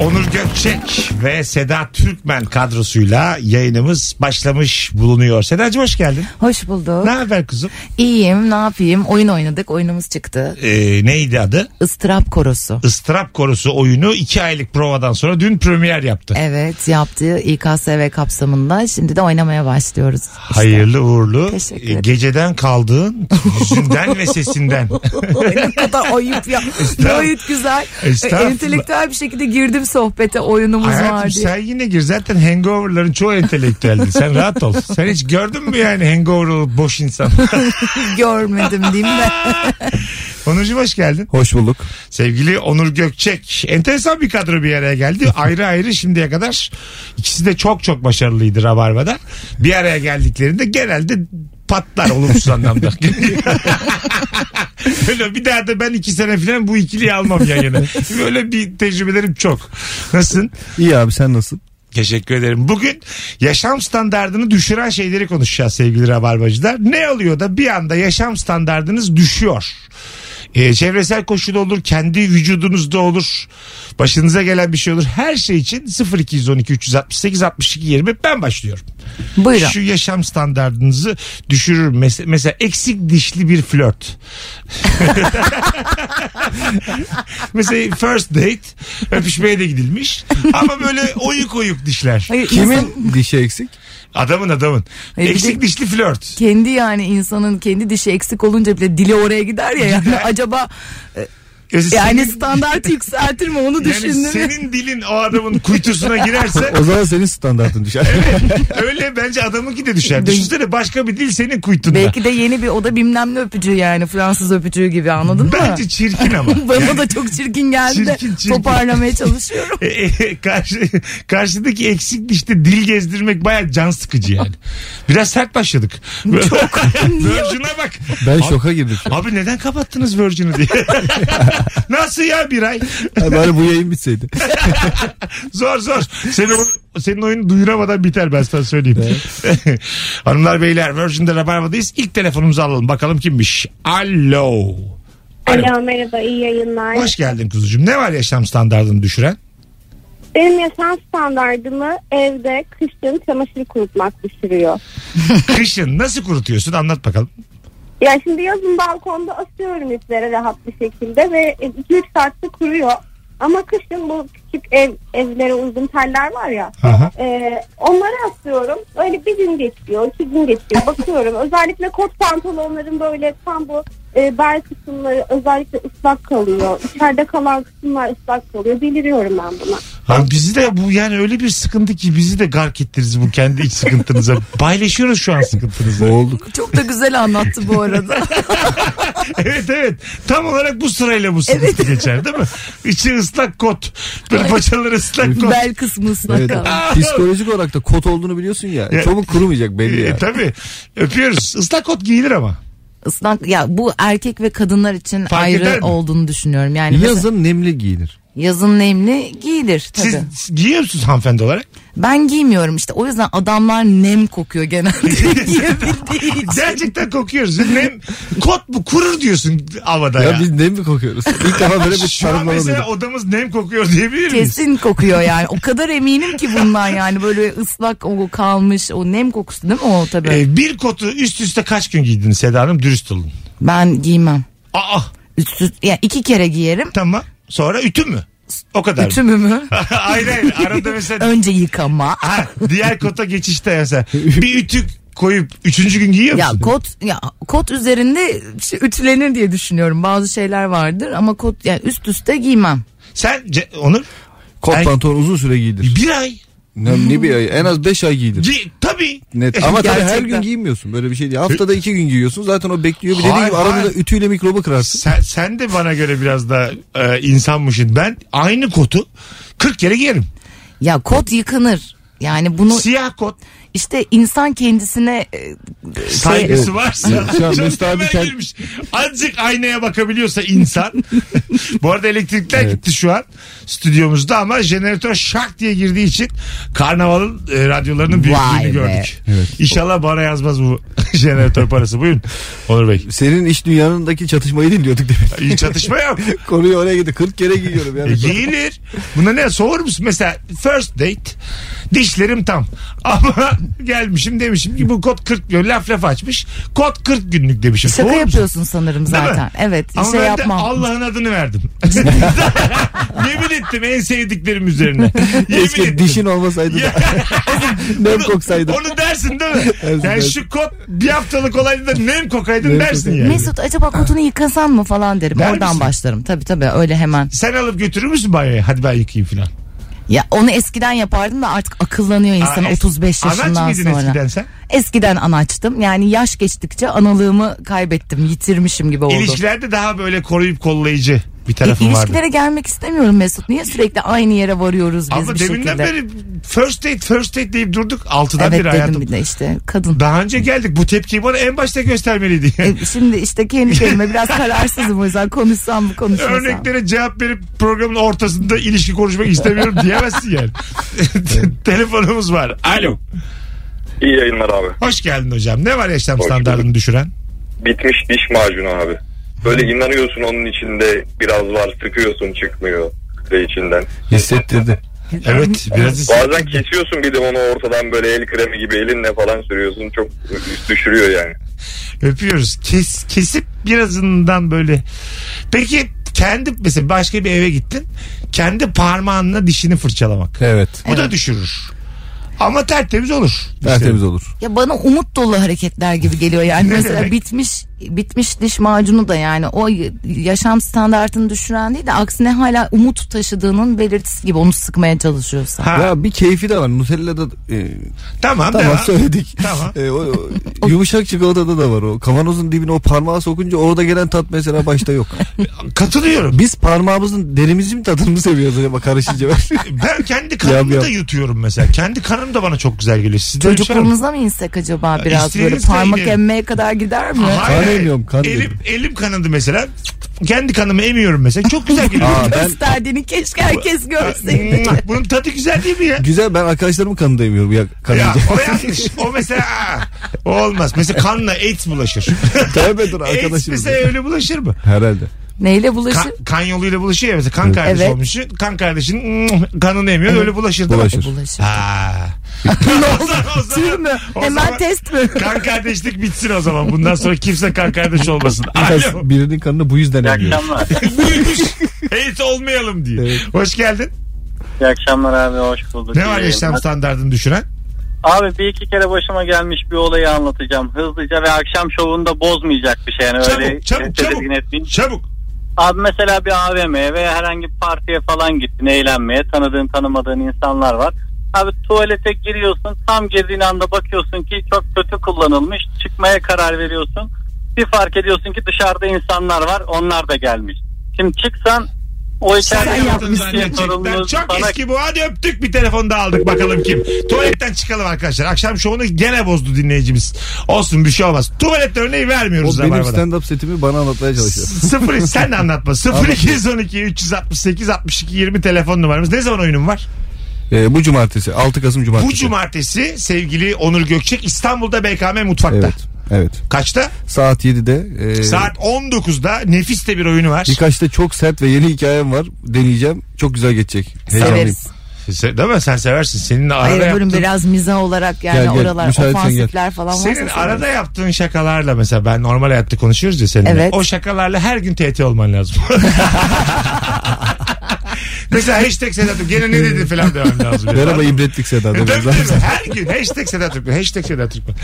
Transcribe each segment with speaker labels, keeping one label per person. Speaker 1: Onur Gökçek ve Seda Türkmen kadrosuyla yayınımız başlamış bulunuyor. Sedacığım hoş geldin.
Speaker 2: Hoş bulduk.
Speaker 1: Ne haber kuzum?
Speaker 2: İyiyim, ne yapayım? Oyun oynadık, oyunumuz çıktı.
Speaker 1: Ee, neydi adı?
Speaker 2: Istırap korosu.
Speaker 1: Istırap Korusu oyunu 2 aylık provadan sonra dün premier yaptı.
Speaker 2: Evet, yaptığı İKSV kapsamında şimdi de oynamaya başlıyoruz. İşte.
Speaker 1: Hayırlı uğurlu.
Speaker 2: Teşekkür
Speaker 1: Ee,
Speaker 2: ederim.
Speaker 1: Geceden kaldığın yüzünden ve sesinden.
Speaker 2: ne kadar ayıp ya. ne oyun güzel.
Speaker 1: Estağfurullah.
Speaker 2: E, Entelektüel bir şekilde girdim sohbete oyunumuz var
Speaker 1: Hayatım
Speaker 2: diye.
Speaker 1: sen yine gir zaten hangoverların çoğu entelektüeldi. Sen rahat ol. Sen hiç gördün mü yani hangover olup boş insan?
Speaker 2: Görmedim değil mi?
Speaker 1: Onurcuğum hoş geldin.
Speaker 3: Hoş bulduk.
Speaker 1: Sevgili Onur Gökçek. Enteresan bir kadro bir araya geldi. ayrı ayrı şimdiye kadar ikisi de çok çok başarılıydı Rabarba'da. Bir araya geldiklerinde genelde patlar olumsuz anlamda. Böyle bir daha da ben iki sene falan bu ikiliyi almam yayına. Böyle bir tecrübelerim çok. Nasılsın?
Speaker 3: İyi abi sen nasılsın?
Speaker 1: Teşekkür ederim. Bugün yaşam standartını düşüren şeyleri konuşacağız sevgili Rabarbacılar. Ne oluyor da bir anda yaşam standartınız düşüyor? Ee, çevresel koşul olur, kendi vücudunuzda olur, başınıza gelen bir şey olur. Her şey için 0212 368 62 20 ben başlıyorum.
Speaker 2: Buyurun.
Speaker 1: Şu yaşam standartınızı düşürür. Mes- mesela eksik dişli bir flört. mesela first date öpüşmeye de gidilmiş ama böyle oyuk oyuk dişler.
Speaker 2: Hayır, insan-
Speaker 3: Kimin dişi eksik?
Speaker 1: Adamın adamın.
Speaker 2: Hayır, bir
Speaker 1: Eksik
Speaker 2: de-
Speaker 1: dişli flört.
Speaker 2: kendi yani insanın kendi dişi eksik olunca bile dili oraya gider ya. Yani
Speaker 1: Gider.
Speaker 2: acaba
Speaker 1: Mesela
Speaker 2: yani
Speaker 1: senin-
Speaker 2: E, standart yükseltir mi onu
Speaker 1: yani
Speaker 2: düşündüm.
Speaker 1: senin dilin o adamın kuytusuna girerse
Speaker 3: O zaman senin standartın düşer.
Speaker 1: öyle bence adamınki de düşer. Düşünsene başka bir dil senin kuytunda.
Speaker 2: Belki de yeni bir o da bilmem ne öpücüğü yani Fransız öpücüğü gibi anladın mı?
Speaker 1: Bence çirkin ama.
Speaker 2: Bana da çok çirkin geldi de
Speaker 1: Çirkin, çirkin.
Speaker 2: toparlamaya çalışıyorum.
Speaker 1: E, e, karşı, karşıdaki eksik dişte dil gezdirmek baya can sıkıcı yani. Biraz sert başladık. Çok. Virgin'e bak.
Speaker 3: Ben şoka girdim. şu an.
Speaker 1: Abi neden kapattınız Virgin'i diye. Nasıl ya bir ay?
Speaker 3: Ay, Bari bu yayın bitseydi.
Speaker 1: Zor zor. Senin, senin oyunu duyuramadan biter ben sana söyleyeyim. Hanımlar beyler Virgin'de Rabarba'dayız. İlk telefonumuzu alalım bakalım kimmiş. Alo.
Speaker 4: Alo merhaba iyi yayınlar.
Speaker 1: Hoş geldin kuzucuğum. Ne var yaşam standartını düşüren?
Speaker 4: Benim yaşam standartımı evde kışın çamaşır kurutmak düşürüyor.
Speaker 1: Kışın nasıl kurutuyorsun anlat bakalım.
Speaker 4: Ya şimdi yazın balkonda asıyorum ipleri rahat bir şekilde ve 2-3 saatte kuruyor. Ama kışın bu küçük ev evlere uygun teller var ya.
Speaker 1: Aha.
Speaker 4: e, onları asıyorum. Öyle bir gün geçiyor, iki gün geçiyor. Bakıyorum özellikle kot pantolonların böyle tam bu e, bel kısımları özellikle ıslak kalıyor. İçeride kalan kısımlar ıslak kalıyor. Deliriyorum ben buna.
Speaker 1: Abi bizi de bu yani öyle bir sıkıntı ki bizi de gark ettiniz bu kendi iç sıkıntınıza. Paylaşıyoruz şu an sıkıntınızı.
Speaker 3: Boğulduk.
Speaker 2: Çok da güzel anlattı bu arada.
Speaker 1: Evet evet. Tam olarak bu sırayla bu sıkıntı geçer değil mi? İçi ıslak kot. Böyle paçaları ıslak kot.
Speaker 2: Bel kısmı ıslak
Speaker 3: Evet.
Speaker 2: kalmış.
Speaker 1: Ah!
Speaker 3: Psikolojik olarak da kot olduğunu biliyorsun ya. Çabuk kurumayacak belli
Speaker 1: E,
Speaker 3: ya.
Speaker 1: tabii. Öpüyoruz. Islak kot giyilir ama.
Speaker 2: Islak ya bu erkek ve kadınlar için
Speaker 1: Fark eder
Speaker 2: ayrı
Speaker 1: mi?
Speaker 2: olduğunu düşünüyorum. Yani mesela
Speaker 3: Yazın nemli giyilir.
Speaker 2: yazın nemli giyilir tabii.
Speaker 1: Siz giyiyor musunuz hanımefendi olarak?
Speaker 2: Ben giymiyorum işte o yüzden adamlar nem kokuyor genelde giyebildiği için.
Speaker 1: Gerçekten kokuyoruz. Nem, kot bu kurur diyorsun havada ya.
Speaker 3: Ya biz nem mi kokuyoruz? İlk defa böyle bir
Speaker 1: Şu an
Speaker 3: tanımlama
Speaker 1: mesela
Speaker 3: duydum.
Speaker 1: odamız nem kokuyor diyebilir miyiz?
Speaker 2: Kesin kokuyor yani. O kadar eminim ki bundan yani. Böyle ıslak o kalmış o nem kokusu değil mi o tabii.
Speaker 1: E, bir kotu üst üste kaç gün giydiniz Seda Hanım? Dürüst olun.
Speaker 2: ben giymem.
Speaker 1: Aa
Speaker 2: Üst, üst- yani iki kere giyerim.
Speaker 1: tamam. Sonra ütü mü? O kadar mı?
Speaker 2: Tümümü.
Speaker 1: hayır hayır. Arada mesela
Speaker 2: Önce yıkama.
Speaker 1: ha, diğer kota geçişte mesela. Bir ütü koyup üçüncü gün giyiyor
Speaker 2: Ya
Speaker 1: musun?
Speaker 2: kot ya kot üzerinde şey ütülenir diye düşünüyorum. Bazı şeyler vardır ama kot yani üst üste giymem.
Speaker 1: Sen ce- Onur
Speaker 3: Kot
Speaker 1: Ay-
Speaker 3: pantolon uzun süre giyilir.
Speaker 1: bir ay.
Speaker 3: Nemli bir ay. En az 5 ay giyilir.
Speaker 1: Gi- tabii. E,
Speaker 3: Net. Ama tabii her
Speaker 2: Gerçekten.
Speaker 3: gün giymiyorsun. Böyle bir şey değil. Haftada 2 gün giyiyorsun. Zaten o bekliyor. Bir dediği
Speaker 1: Hayır,
Speaker 3: gibi arada
Speaker 1: hayır.
Speaker 3: da ütüyle mikrobu kırarsın.
Speaker 1: Sen, sen de bana göre biraz da e, insanmışsın. Ben aynı kotu 40 kere giyerim.
Speaker 2: Ya kot yıkanır. Yani bunu
Speaker 1: Siyah kot
Speaker 2: işte insan kendisine e, şey,
Speaker 1: saygısı varsa.
Speaker 3: Ya, şu an
Speaker 1: Çok
Speaker 3: Mesut abi
Speaker 1: temel
Speaker 3: kend-
Speaker 1: girmiş. Azıcık aynaya bakabiliyorsa insan. Bu arada elektrikler gitti şu an stüdyomuzda ama jeneratör şak diye girdiği için karnavalın e, radyolarının büyüklüğünü
Speaker 2: Vay be.
Speaker 1: gördük.
Speaker 3: Evet.
Speaker 1: İnşallah bana yazmaz bu jeneratör parası. Buyurun Onur Bey.
Speaker 3: Senin iş dünyanındaki çatışmayı dinliyorduk demek.
Speaker 1: İyi çatışma yok.
Speaker 3: Konuyu oraya gitti. 40 kere giyiyorum
Speaker 1: E,
Speaker 3: yani.
Speaker 1: Giyilir. Buna ne soğur musun? Mesela first date dişlerim tam. Ama gelmişim demişim ki bu kod 40 diyor. Laf laf açmış. Kod 40 günlük demişim.
Speaker 2: şaka
Speaker 1: Soğur musun?
Speaker 2: yapıyorsun sanırım
Speaker 1: E, Değil mi?
Speaker 2: zaten. Evet
Speaker 1: Ama
Speaker 2: şey
Speaker 1: ben
Speaker 2: yapmam.
Speaker 1: de Allah'ın adını verdim. Yemin ettim en sevdiklerim üzerine. Yemin ettim.
Speaker 3: Keşke dişin olmasaydı da. Nem koksaydı.
Speaker 1: Onu dersin değil mi?
Speaker 3: Dersin,
Speaker 1: yani
Speaker 3: dersin.
Speaker 1: şu kot bir haftalık olaydı da nem kokaydın
Speaker 3: Nem
Speaker 1: dersin
Speaker 3: kokaydın.
Speaker 1: yani.
Speaker 2: Mesut acaba kotunu yıkasan mı falan derim.
Speaker 1: Der
Speaker 2: Oradan
Speaker 1: misin?
Speaker 2: başlarım. Tabii tabii öyle hemen.
Speaker 1: Sen alıp götürür müsün banyoya? Hadi ben yıkayayım filan.
Speaker 2: Ya onu eskiden yapardım da artık akıllanıyor insan
Speaker 1: Aa, es-
Speaker 2: 35 yaşından
Speaker 1: Anaç mıydın
Speaker 2: sonra.
Speaker 1: eskiden sen?
Speaker 2: Eskiden anaçtım. Yani yaş geçtikçe analığımı kaybettim, yitirmişim gibi oldu.
Speaker 1: İlişkilerde daha böyle koruyup kollayıcı bir
Speaker 2: E,
Speaker 1: tarafın vardı.
Speaker 2: ilişkilere gelmek istemiyorum Mesut. Niye sürekli aynı yere varıyoruz biz
Speaker 1: Ama
Speaker 2: bir
Speaker 1: deminden
Speaker 2: şekilde?
Speaker 1: beri first date first date deyip durduk. Altıdan
Speaker 2: evet
Speaker 1: beri
Speaker 2: dedim
Speaker 1: hayatım.
Speaker 2: bir de işte kadın.
Speaker 1: Daha önce geldik. Bu tepkiyi bana en başta göstermeliydi. yani.
Speaker 2: E, şimdi işte kendi kendime biraz kararsızım o yüzden konuşsam mı konuşmasam. mı?
Speaker 1: örneklere cevap verip programın ortasında ilişki konuşmak istemiyorum diyemezsin yani. Telefonumuz var. Alo.
Speaker 5: İyi yayınlar abi.
Speaker 1: Hoş geldin hocam. Ne var yaşam
Speaker 5: Hoş
Speaker 1: standartını düşüren?
Speaker 5: Bitmiş diş macunu abi. Böyle inanıyorsun onun içinde biraz var sıkıyorsun çıkmıyor de içinden.
Speaker 3: Hissettirdi.
Speaker 1: Evet biraz is-
Speaker 5: Bazen kesiyorsun bir de onu ortadan böyle el kremi gibi elinle falan sürüyorsun. Çok düşürüyor yani.
Speaker 1: öpüyoruz. Kes, kesip birazından böyle. Peki kendi mesela başka bir eve gittin. Kendi parmağınla dişini fırçalamak.
Speaker 3: Evet.
Speaker 1: Bu da düşürür. Ama tertemiz olur.
Speaker 3: Tertemiz olur.
Speaker 2: Ya bana umut dolu hareketler gibi geliyor yani
Speaker 1: Ne
Speaker 2: mesela
Speaker 1: demek?
Speaker 2: bitmiş bitmiş diş macunu da yani o y- yaşam standartını düşüren değil de aksine hala umut taşıdığının belirtisi gibi onu sıkmaya çalışıyorsa.
Speaker 1: Ha,
Speaker 3: Ya bir keyfi de var. Nutella'da e, tamam
Speaker 1: tamam, devam.
Speaker 3: söyledik.
Speaker 1: Tamam.
Speaker 3: E, o, o yumuşak çikolatada da var o. Kavanozun dibine o parmağı sokunca orada gelen tat mesela başta yok.
Speaker 1: Katılıyorum.
Speaker 3: Biz parmağımızın derimizin mi tadını seviyoruz acaba karışınca.
Speaker 1: Ben kendi kanımı
Speaker 3: yap.
Speaker 1: da yutuyorum mesela. Kendi kanım da bana çok güzel geliyor. Sizde öyle bir şey var mı?
Speaker 2: Çocukluğumuza mı insek acaba biraz böyle
Speaker 1: istediğiniz
Speaker 2: parmak
Speaker 1: neydi?
Speaker 2: emmeye kadar gider mi?
Speaker 1: Hayır, hayır.
Speaker 3: emiyorum, kan
Speaker 1: elim,
Speaker 3: emiyorum.
Speaker 1: elim kanadı mesela. Kendi kanımı emiyorum mesela. Çok güzel geliyor.
Speaker 3: Aa, ben
Speaker 2: Gösterdiğini keşke herkes görseydi.
Speaker 1: Mwah! Bunun tadı güzel değil mi ya?
Speaker 3: güzel ben arkadaşlarımın kanını da emiyorum ya
Speaker 1: Ya
Speaker 3: kanınca.
Speaker 1: o yanlış. O mesela aa, o olmaz. Mesela kanla AIDS bulaşır.
Speaker 3: Tövbe dur
Speaker 1: AIDS
Speaker 3: arkadaşım.
Speaker 1: mesela öyle bulaşır mı?
Speaker 3: Herhalde.
Speaker 2: Neyle bulaşır?
Speaker 1: Kan, kan yoluyla bulaşıyor ya mesela. Kan kardeşi
Speaker 2: Evet.
Speaker 1: olmuş. Kan kardeşinin mm, kanını emiyor. Öyle bulaşır da.
Speaker 3: Bulaşır.
Speaker 2: E, bulaşır.
Speaker 1: Aa. O zaman- o zaman-
Speaker 2: Tüy mü?
Speaker 1: o
Speaker 2: Hemen
Speaker 1: zaman
Speaker 2: test mi?
Speaker 1: Kan kardeşlik bitsin o zaman. Bundan sonra kimse kan kardeş olmasın.
Speaker 3: Biraz
Speaker 1: Alo.
Speaker 3: birinin kanını bu yüzden
Speaker 6: İyi
Speaker 3: emiyorum.
Speaker 6: akşamlar.
Speaker 1: Buymuş. AIDS olmayalım diye.
Speaker 3: Evet.
Speaker 1: Hoş geldin.
Speaker 6: İyi akşamlar abi hoş bulduk.
Speaker 1: Ne var
Speaker 6: İyi
Speaker 1: yaşam
Speaker 6: yayınlar.
Speaker 1: standartını düşüren?
Speaker 6: Abi bir iki kere başıma gelmiş bir olayı anlatacağım. Hızlıca ve akşam şovunda bozmayacak bir şey. Yani
Speaker 1: Çabuk,
Speaker 6: öyle
Speaker 1: çabuk,
Speaker 6: tedirgin
Speaker 1: çabuk.
Speaker 6: etmeyeyim.
Speaker 1: Çabuk.
Speaker 6: Abi mesela bir AVM'ye veya herhangi bir partiye falan gittin eğlenmeye. Tanıdığın tanımadığın insanlar var. Abi tuvalete giriyorsun tam girdiğin anda bakıyorsun ki çok kötü kullanılmış. Çıkmaya karar veriyorsun. Bir fark ediyorsun ki dışarıda insanlar var onlar da gelmiş. Şimdi çıksan o
Speaker 1: Sen
Speaker 6: içeride
Speaker 1: yaptın
Speaker 6: yaptın diye
Speaker 1: gerçekten.
Speaker 6: sorumluluğu
Speaker 1: Çok
Speaker 6: sana
Speaker 1: eski bu. Hadi öptük bir telefon daha aldık bakalım kim. Tuvaletten çıkalım arkadaşlar. Akşam şovunu gene bozdu dinleyicimiz. Olsun bir şey olmaz. Tuvalette örneği
Speaker 3: O
Speaker 1: vermiyoruz.
Speaker 3: benim
Speaker 1: Rabarba'da.
Speaker 3: stand-up setimi bana anlatmaya çalışıyor.
Speaker 1: Sıfır, sen de anlatma. 0212 368 62 20 telefon numaramız. Ne zaman oyunum var?
Speaker 3: Ee, bu cumartesi 6 Kasım cumartesi.
Speaker 1: Bu cumartesi sevgili Onur Gökçek İstanbul'da BKM Mutfak'ta.
Speaker 3: Evet. Evet.
Speaker 1: Kaçta?
Speaker 3: Saat 7'de. e,
Speaker 1: Saat 19'da nefis de bir oyunu var.
Speaker 3: Birkaç da çok sert ve yeni hikayem var. Deneyeceğim. Çok güzel geçecek. Heyecanlıyım.
Speaker 2: Severiz.
Speaker 1: Se- Değil mi? Sen seversin. Seninle arada
Speaker 2: Hayır buyurun
Speaker 1: yaptığın-
Speaker 2: biraz miza olarak yani
Speaker 3: Gel, gel.
Speaker 2: oralar
Speaker 3: Müsaitsen gel.
Speaker 2: ofansifler falan varsa.
Speaker 1: Senin
Speaker 2: severiz.
Speaker 1: arada yaptığın şakalarla mesela ben normal hayatta konuşuyoruz ya seninle.
Speaker 2: Evet.
Speaker 1: O şakalarla her gün TT olman lazım. mesela hashtag Sedat Türk. Gene ne dedi falan demem lazım.
Speaker 3: Merhaba ibretlik Seda.
Speaker 1: Tabii,
Speaker 3: demem
Speaker 1: tabii.
Speaker 3: lazım.
Speaker 1: Her gün hashtag Sedat Türkmen. Hashtag Sedat Türkmen.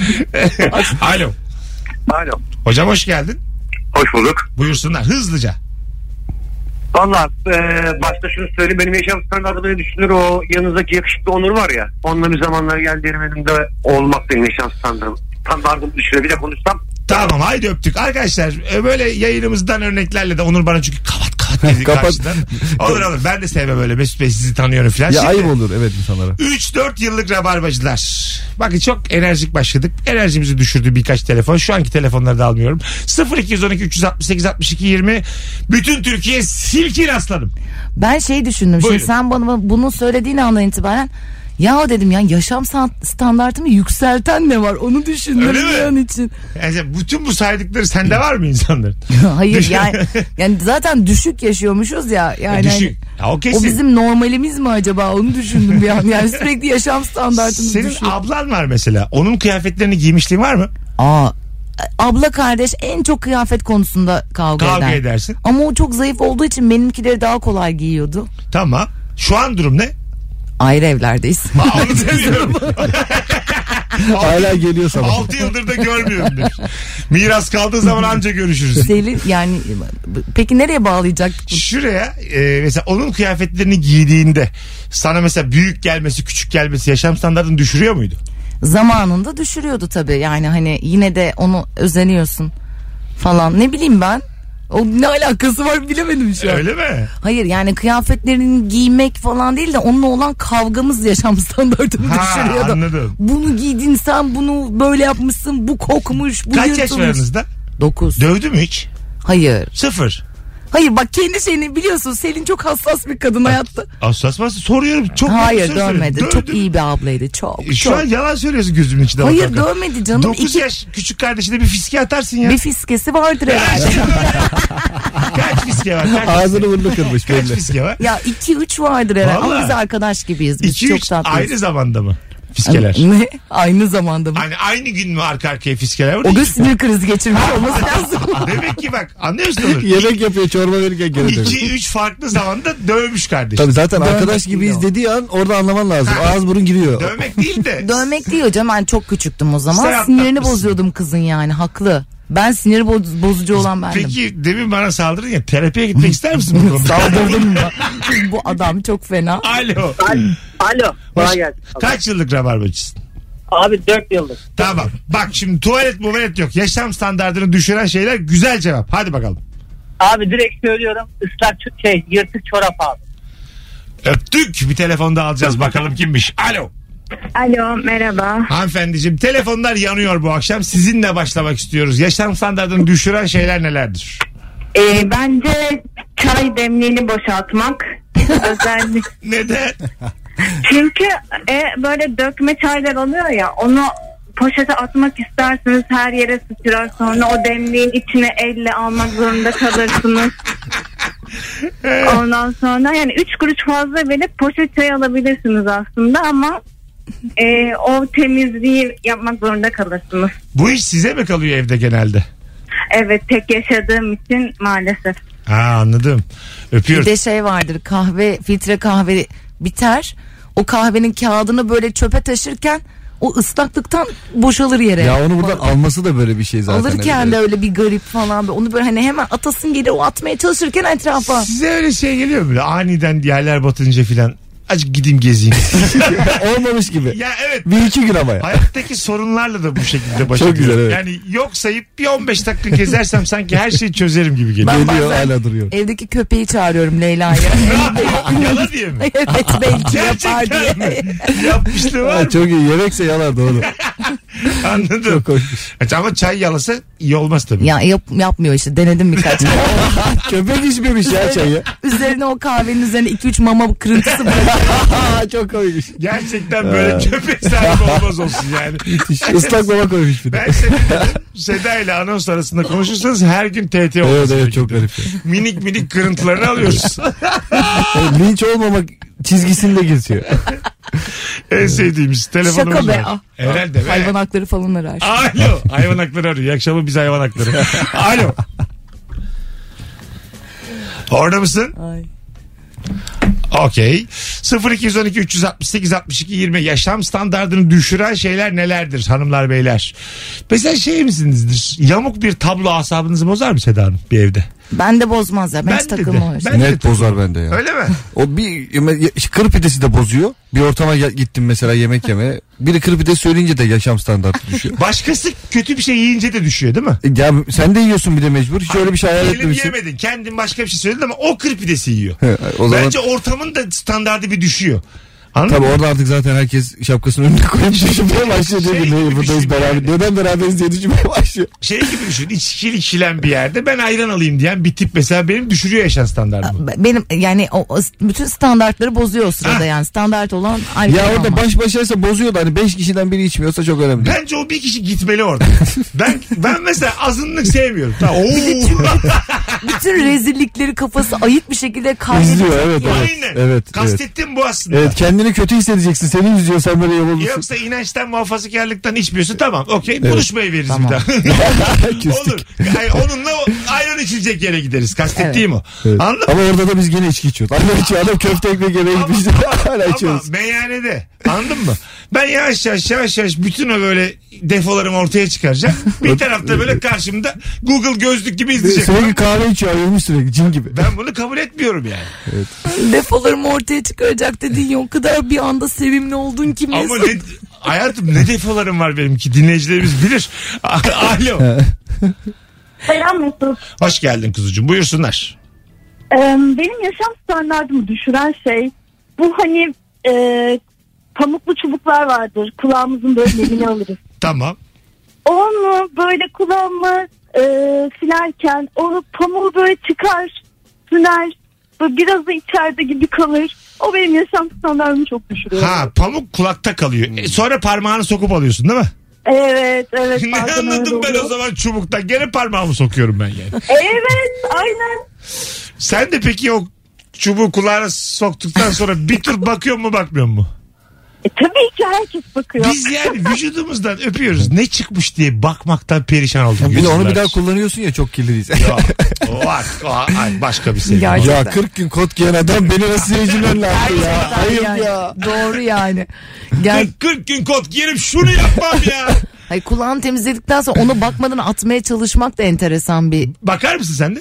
Speaker 1: Alo.
Speaker 5: Alo.
Speaker 1: Hocam hoş geldin.
Speaker 5: Hoş bulduk.
Speaker 1: Buyursunlar hızlıca.
Speaker 5: Valla e, başta şunu söyleyeyim. Benim yaşam standartını düşünür o yanınızdaki yakışıklı Onur var ya. Onunla bir zamanlar geldi benim elimde olmak benim yaşam standartım. Standartımı düşürebilecek konuşsam
Speaker 1: Tamam haydi öptük. Arkadaşlar e, böyle yayınımızdan örneklerle de Onur bana çünkü kavat kavat kapat dedi
Speaker 3: Kapat.
Speaker 1: karşıdan. Olur olur ben de sevmem öyle Mesut Bey sizi tanıyorum filan.
Speaker 3: Ya
Speaker 1: Şimdi-
Speaker 3: ayıp olur evet insanlara.
Speaker 1: 3-4 yıllık rabarbacılar. Bakın çok enerjik başladık. Enerjimizi düşürdü birkaç telefon. Şu anki telefonları da almıyorum. 0212 368 62 20 bütün Türkiye silkin aslanım.
Speaker 2: Ben şey düşündüm.
Speaker 1: Buyurun.
Speaker 2: Şimdi sen bana bunu söylediğin andan itibaren ya dedim ya yaşam san- standartımı yükselten ne var onu düşündüm
Speaker 1: Öyle mi?
Speaker 2: bir an için.
Speaker 1: Yani bütün bu saydıkları sende var mı insanların?
Speaker 2: Hayır
Speaker 1: Düşün-
Speaker 2: yani yani zaten düşük yaşıyormuşuz ya yani.
Speaker 1: E, Düşün. Ya o
Speaker 2: hani,
Speaker 1: kesin.
Speaker 2: O bizim normalimiz mi acaba onu düşündüm bir an. Yani sürekli yaşam standartımız
Speaker 1: Senin
Speaker 2: düşüyor.
Speaker 1: ablan var mesela. Onun kıyafetlerini giymişliğin var mı?
Speaker 2: Aa, abla kardeş en çok kıyafet konusunda kavga,
Speaker 1: Kavga
Speaker 2: eder.
Speaker 1: edersin.
Speaker 2: Ama o çok zayıf olduğu için benimkileri daha kolay giyiyordu.
Speaker 1: Tamam. Şu an durum ne?
Speaker 2: Ayrı evlerdeyiz.
Speaker 1: Aa, Onu demiyorum.
Speaker 3: Hala geliyor sana.
Speaker 1: 6 yıldır da görmüyorum demiş. Miras kaldığı zaman anca görüşürüz.
Speaker 2: Selin yani peki nereye bağlayacak?
Speaker 1: şuraya e, mesela onun kıyafetlerini giydiğinde sana mesela büyük gelmesi küçük gelmesi yaşam standartını düşürüyor muydu?
Speaker 2: Zamanında düşürüyordu tabii yani hani yine de onu özeniyorsun falan ne bileyim ben. O ne alakası var bilemedim şu an.
Speaker 1: Öyle mi?
Speaker 2: Hayır yani kıyafetlerini giymek falan değil de onunla olan kavgamız yaşam standartımı
Speaker 1: Ha,
Speaker 2: düşürüyordu.
Speaker 1: anladım.
Speaker 2: Bunu giydin sen bunu böyle yapmışsın bu kokmuş bu
Speaker 1: Kaç yaş
Speaker 2: yırtılmış.
Speaker 1: aranızda?
Speaker 2: 9.
Speaker 1: Dövdü mü hiç?
Speaker 2: Hayır.
Speaker 1: Sıfır.
Speaker 2: Hayır bak kendi şeyini biliyorsun Selin çok hassas bir kadın hayatta.
Speaker 1: Hassas mı? Soruyorum. Çok net
Speaker 2: Hayır
Speaker 1: bir soru
Speaker 2: dönmedi.
Speaker 1: soruyorum.
Speaker 2: Çok
Speaker 1: Dövdü mü?
Speaker 2: iyi bir ablaydı. Çok.
Speaker 1: E, Şu
Speaker 2: çok.
Speaker 1: an yalan söylüyorsun gözümün içinde.
Speaker 2: Hayır dövmedi canım.
Speaker 1: 9
Speaker 2: İki-
Speaker 1: yaş küçük kardeşine bir fiske atarsın ya.
Speaker 2: Bir fiskesi vardır herhalde.
Speaker 1: Kaç fiske var? Kaç,
Speaker 3: Ağzını burnunu kırmış
Speaker 1: kaç
Speaker 3: belli.
Speaker 1: fiske var?
Speaker 2: ya 2-3 vardır herhalde.
Speaker 1: Vallahi.
Speaker 2: Ama biz arkadaş gibiyiz. Biz
Speaker 1: 2
Speaker 2: çok
Speaker 1: 3
Speaker 2: tatlıyız.
Speaker 1: aynı zamanda mı? Fiskeler.
Speaker 2: Ne? Aynı zamanda mı?
Speaker 1: Hani aynı gün mü arka arkaya fiskeler var?
Speaker 2: O gün sinir krizi geçirmiş olması lazım.
Speaker 1: Demek ki bak anlıyorsunuz.
Speaker 3: Yemek yapıyor çorba verirken geri dönüyor.
Speaker 1: 2-3 farklı zamanda dövmüş kardeş.
Speaker 3: Tabii zaten arkadaş
Speaker 2: değil
Speaker 3: gibiyiz
Speaker 2: o.
Speaker 3: dediği an orada anlaman lazım. Ağız burun giriyor.
Speaker 1: Dövmek değil de.
Speaker 2: Dövmek değil hocam ben çok küçüktüm o zaman.
Speaker 1: Sen atlatmışsın.
Speaker 2: Sinirini bozuyordum kızın yani haklı. Ben sinir boz- bozucu olan bendim.
Speaker 1: Peki demin bana saldırdın ya terapiye gitmek ister misin bu konuda?
Speaker 2: Saldırdım mı? Bu adam çok fena.
Speaker 1: Alo.
Speaker 7: Alo.
Speaker 1: Hmm. Hoş-
Speaker 7: Kolay gelsin.
Speaker 1: Kaç yıllık rabarbacısın?
Speaker 7: Abi 4 yıldır.
Speaker 1: Tamam. Bak şimdi tuvalet muvalet yok. Yaşam standartını düşüren şeyler güzel cevap. Hadi bakalım.
Speaker 7: Abi direkt söylüyorum ıslak ço- şey yırtık çorap abi.
Speaker 1: Öptük. Bir telefonda alacağız. Bakalım kimmiş. Alo.
Speaker 4: Alo merhaba.
Speaker 1: Hanımefendiciğim telefonlar yanıyor bu akşam. Sizinle başlamak istiyoruz. Yaşam standartını düşüren şeyler nelerdir?
Speaker 4: Ee, bence çay demliğini boşaltmak. Özellikle.
Speaker 1: Neden?
Speaker 4: Çünkü e, böyle dökme çaylar oluyor ya onu poşete atmak istersiniz her yere sıçrar sonra o demliğin içine elle almak zorunda kalırsınız. Ondan sonra yani 3 kuruş fazla verip poşet çay alabilirsiniz aslında ama e, o temizliği yapmak zorunda kalırsınız.
Speaker 1: Bu iş size mi kalıyor evde genelde?
Speaker 4: Evet tek yaşadığım için maalesef.
Speaker 1: Ha anladım.
Speaker 2: Bir
Speaker 1: Öpüyorum.
Speaker 2: de şey vardır kahve filtre kahve biter. O kahvenin kağıdını böyle çöpe taşırken o ıslaklıktan boşalır yere.
Speaker 3: Ya onu buradan alması da böyle bir şey zaten.
Speaker 2: Alırken
Speaker 3: Evet.
Speaker 2: de öyle bir garip falan. Onu böyle hani hemen atasın gelir o atmaya çalışırken etrafa.
Speaker 1: Size öyle şey geliyor mu? Böyle Aniden yerler batınca filan. Acık gideyim gezeyim.
Speaker 3: Olmamış gibi.
Speaker 1: ya evet.
Speaker 3: Bir iki gün ama ya.
Speaker 1: Hayattaki sorunlarla da bu şekilde başa
Speaker 3: Çok güzel,
Speaker 1: geliyorum.
Speaker 3: evet.
Speaker 1: Yani yok sayıp bir 15 dakika gezersem sanki her şeyi çözerim gibi geliyor.
Speaker 2: Ben
Speaker 3: Geliyor
Speaker 2: bazen
Speaker 3: hala duruyor.
Speaker 2: evdeki köpeği çağırıyorum Leyla'yı.
Speaker 1: Yalan diye mi?
Speaker 2: evet belki yapar
Speaker 1: Gerçekten
Speaker 2: diye.
Speaker 1: mi? Yapmışlığı var
Speaker 3: Ha,
Speaker 1: mı?
Speaker 3: çok iyi. Yemekse yalar doğru.
Speaker 1: Anladım.
Speaker 3: Çok hoşmuş.
Speaker 1: Ama çay yalasa iyi olmaz tabii.
Speaker 2: Ya yap, yapmıyor işte denedim birkaç kere.
Speaker 3: Köpek içmemiş şey ya çayı.
Speaker 2: üzerine o kahvenin üzerine 2-3 mama kırıntısı bırakıyor.
Speaker 3: Ha, çok koymuş.
Speaker 1: Gerçekten böyle köpek sahibi olmaz olsun yani.
Speaker 3: Islak baba koymuş bir de.
Speaker 1: Ben Seda, Seda ile anons arasında konuşursanız her gün TT olmaz.
Speaker 3: Evet evet çok garip. ya.
Speaker 1: Minik minik kırıntılarını alıyoruz.
Speaker 3: Yani Linç olmamak çizgisinde geziyor.
Speaker 1: en sevdiğimiz telefonumuz
Speaker 2: Şaka be. Ah,
Speaker 1: var. Herhalde be.
Speaker 2: Hayvan hakları falan arar.
Speaker 1: Alo. Hayvan hakları arıyor. İyi akşamlar biz hayvan hakları. Alo. Orada mısın?
Speaker 2: Ay.
Speaker 1: Okey. 0212 368 62 20 yaşam standartını düşüren şeyler nelerdir hanımlar beyler? Mesela şey misinizdir? Yamuk bir tablo asabınızı bozar mı Seda Hanım bir evde?
Speaker 2: Ben de bozmaz ya. Ben,
Speaker 1: Ben
Speaker 2: hiç
Speaker 1: de
Speaker 2: takılmam
Speaker 1: de,
Speaker 2: öyle.
Speaker 1: ben de
Speaker 3: Net bozar bende ya.
Speaker 1: Öyle mi?
Speaker 3: O bir yeme- kır pidesi de bozuyor. Bir ortama gel- gittim mesela yemek yemeye. Biri kır pidesi söyleyince de yaşam standartı düşüyor.
Speaker 1: Başkası kötü bir şey yiyince de düşüyor değil mi?
Speaker 3: ya sen de yiyorsun bir de mecbur. Hiç öyle bir şey hayal
Speaker 1: Diyelim
Speaker 3: etmemişsin.
Speaker 1: yemedin. Kendin başka bir şey söyledin ama o kır pidesi yiyor.
Speaker 3: He, o zaman
Speaker 1: Bence ortamın da standardı bir düşüyor. Anladın
Speaker 3: tabii
Speaker 1: mı?
Speaker 3: orada artık zaten herkes şapkasının önüne koyup düşünmeye başlıyor.
Speaker 1: Şey
Speaker 3: Şey
Speaker 1: gibi
Speaker 3: buradayız
Speaker 1: düşün
Speaker 3: beraber.
Speaker 1: yani.
Speaker 3: Neden beraberiz diye düşünmeye başlıyor.
Speaker 1: Şey gibi düşün. İçkili içilen bir yerde ben ayran alayım diyen bir tip mesela benim düşürüyor yaşam standartımı.
Speaker 2: Be- Benim yani o, o s- bütün standartları bozuyor o sırada
Speaker 1: Ha.
Speaker 2: yani. Standart olan alkol
Speaker 3: Ah. Ya orada
Speaker 2: almak.
Speaker 3: baş başaysa bozuyor da hani 5 kişiden biri içmiyorsa çok önemli. değil.
Speaker 1: Bence o bir kişi gitmeli orada. ben ben mesela azınlık sevmiyorum. Tamam. Oo.
Speaker 2: Bütün rezillikleri kafası ayık bir şekilde
Speaker 3: İzliyor
Speaker 2: kaydediyor.
Speaker 3: evet evet.
Speaker 1: Aynen.
Speaker 3: Evet, evet.
Speaker 1: Kastettim bu aslında.
Speaker 3: Evet kendini kötü hissedeceksin. Seni izliyor sen böyle yapabilirsin.
Speaker 1: Yoksa inançtan muhafazakarlıktan içmiyorsa tamam okey buluşmayı veririz
Speaker 2: Tamam.
Speaker 1: bir daha.
Speaker 3: Küstük.
Speaker 1: Olur. Hayır, onunla o- ayran içilecek yere gideriz. Kastettiğim o.
Speaker 3: Evet.
Speaker 1: Anladın mı?
Speaker 3: Ama orada da biz gene içki içiyoruz. Adam içiyor adam köfte ekmek yemeye
Speaker 1: Ama-
Speaker 3: gitmiş. Hala
Speaker 1: Ama
Speaker 3: içiyoruz.
Speaker 1: meyhanede. Anladın mı? Ben yavaş yavaş yavaş yavaş bütün o böyle defolarımı ortaya çıkaracağım. Bir tarafta böyle karşımda Google gözlük gibi izleyecek.
Speaker 3: Sürekli kahve içiyor ayılmış sürekli cin gibi.
Speaker 1: Ben bunu kabul etmiyorum yani.
Speaker 2: Defolarımı ortaya çıkaracak dediğin yok. O kadar bir anda sevimli oldun ki
Speaker 1: Ama
Speaker 2: Mesut.
Speaker 1: ne, hayatım ne defolarım var benimki dinleyicilerimiz bilir. Alo.
Speaker 4: Selam Mesut.
Speaker 1: Hoş geldin kuzucuğum buyursunlar.
Speaker 4: Ee, benim yaşam standartımı düşüren şey bu hani e, pamuklu çubuklar vardır. Kulağımızın böyle elini alırız.
Speaker 1: Tamam.
Speaker 4: Onu böyle kulağımı e, silerken onu pamuğu böyle çıkar, süner. Böyle biraz da içeride gibi kalır. O benim yaşam standartımı çok düşürüyor.
Speaker 1: Ha pamuk kulakta kalıyor.
Speaker 3: Hmm.
Speaker 1: E, sonra parmağını sokup alıyorsun değil mi?
Speaker 4: Evet, evet.
Speaker 1: ne
Speaker 4: bazen öyle
Speaker 1: anladım ben
Speaker 4: oluyor.
Speaker 1: o zaman çubuktan? Gene parmağımı sokuyorum ben yani.
Speaker 4: Evet, aynen.
Speaker 1: Sen de peki o çubuğu kulağına soktuktan sonra bir tur bakıyor mu bakmıyor mu?
Speaker 4: E, tabii ki herkes bakıyor.
Speaker 1: Biz yani vücudumuzdan öpüyoruz. Ne çıkmış diye bakmaktan perişan olduk.
Speaker 3: Bir de onu
Speaker 1: yüzyıllardır.
Speaker 3: bir daha kullanıyorsun ya çok kirli değil.
Speaker 1: Yok. O, ak- o ak- başka bir seviye.
Speaker 2: Gerçekten.
Speaker 3: ya 40 gün kot giyen adam beni nasıl yiyicilerle yaptı ya. Ayıp
Speaker 2: yani.
Speaker 3: ya.
Speaker 2: Doğru yani. Gel,
Speaker 1: 40, 40 gün kot giyerim şunu yapmam ya.
Speaker 2: hayır, kulağını temizledikten sonra ona bakmadan atmaya çalışmak da enteresan bir.
Speaker 1: Bakar mısın sen de?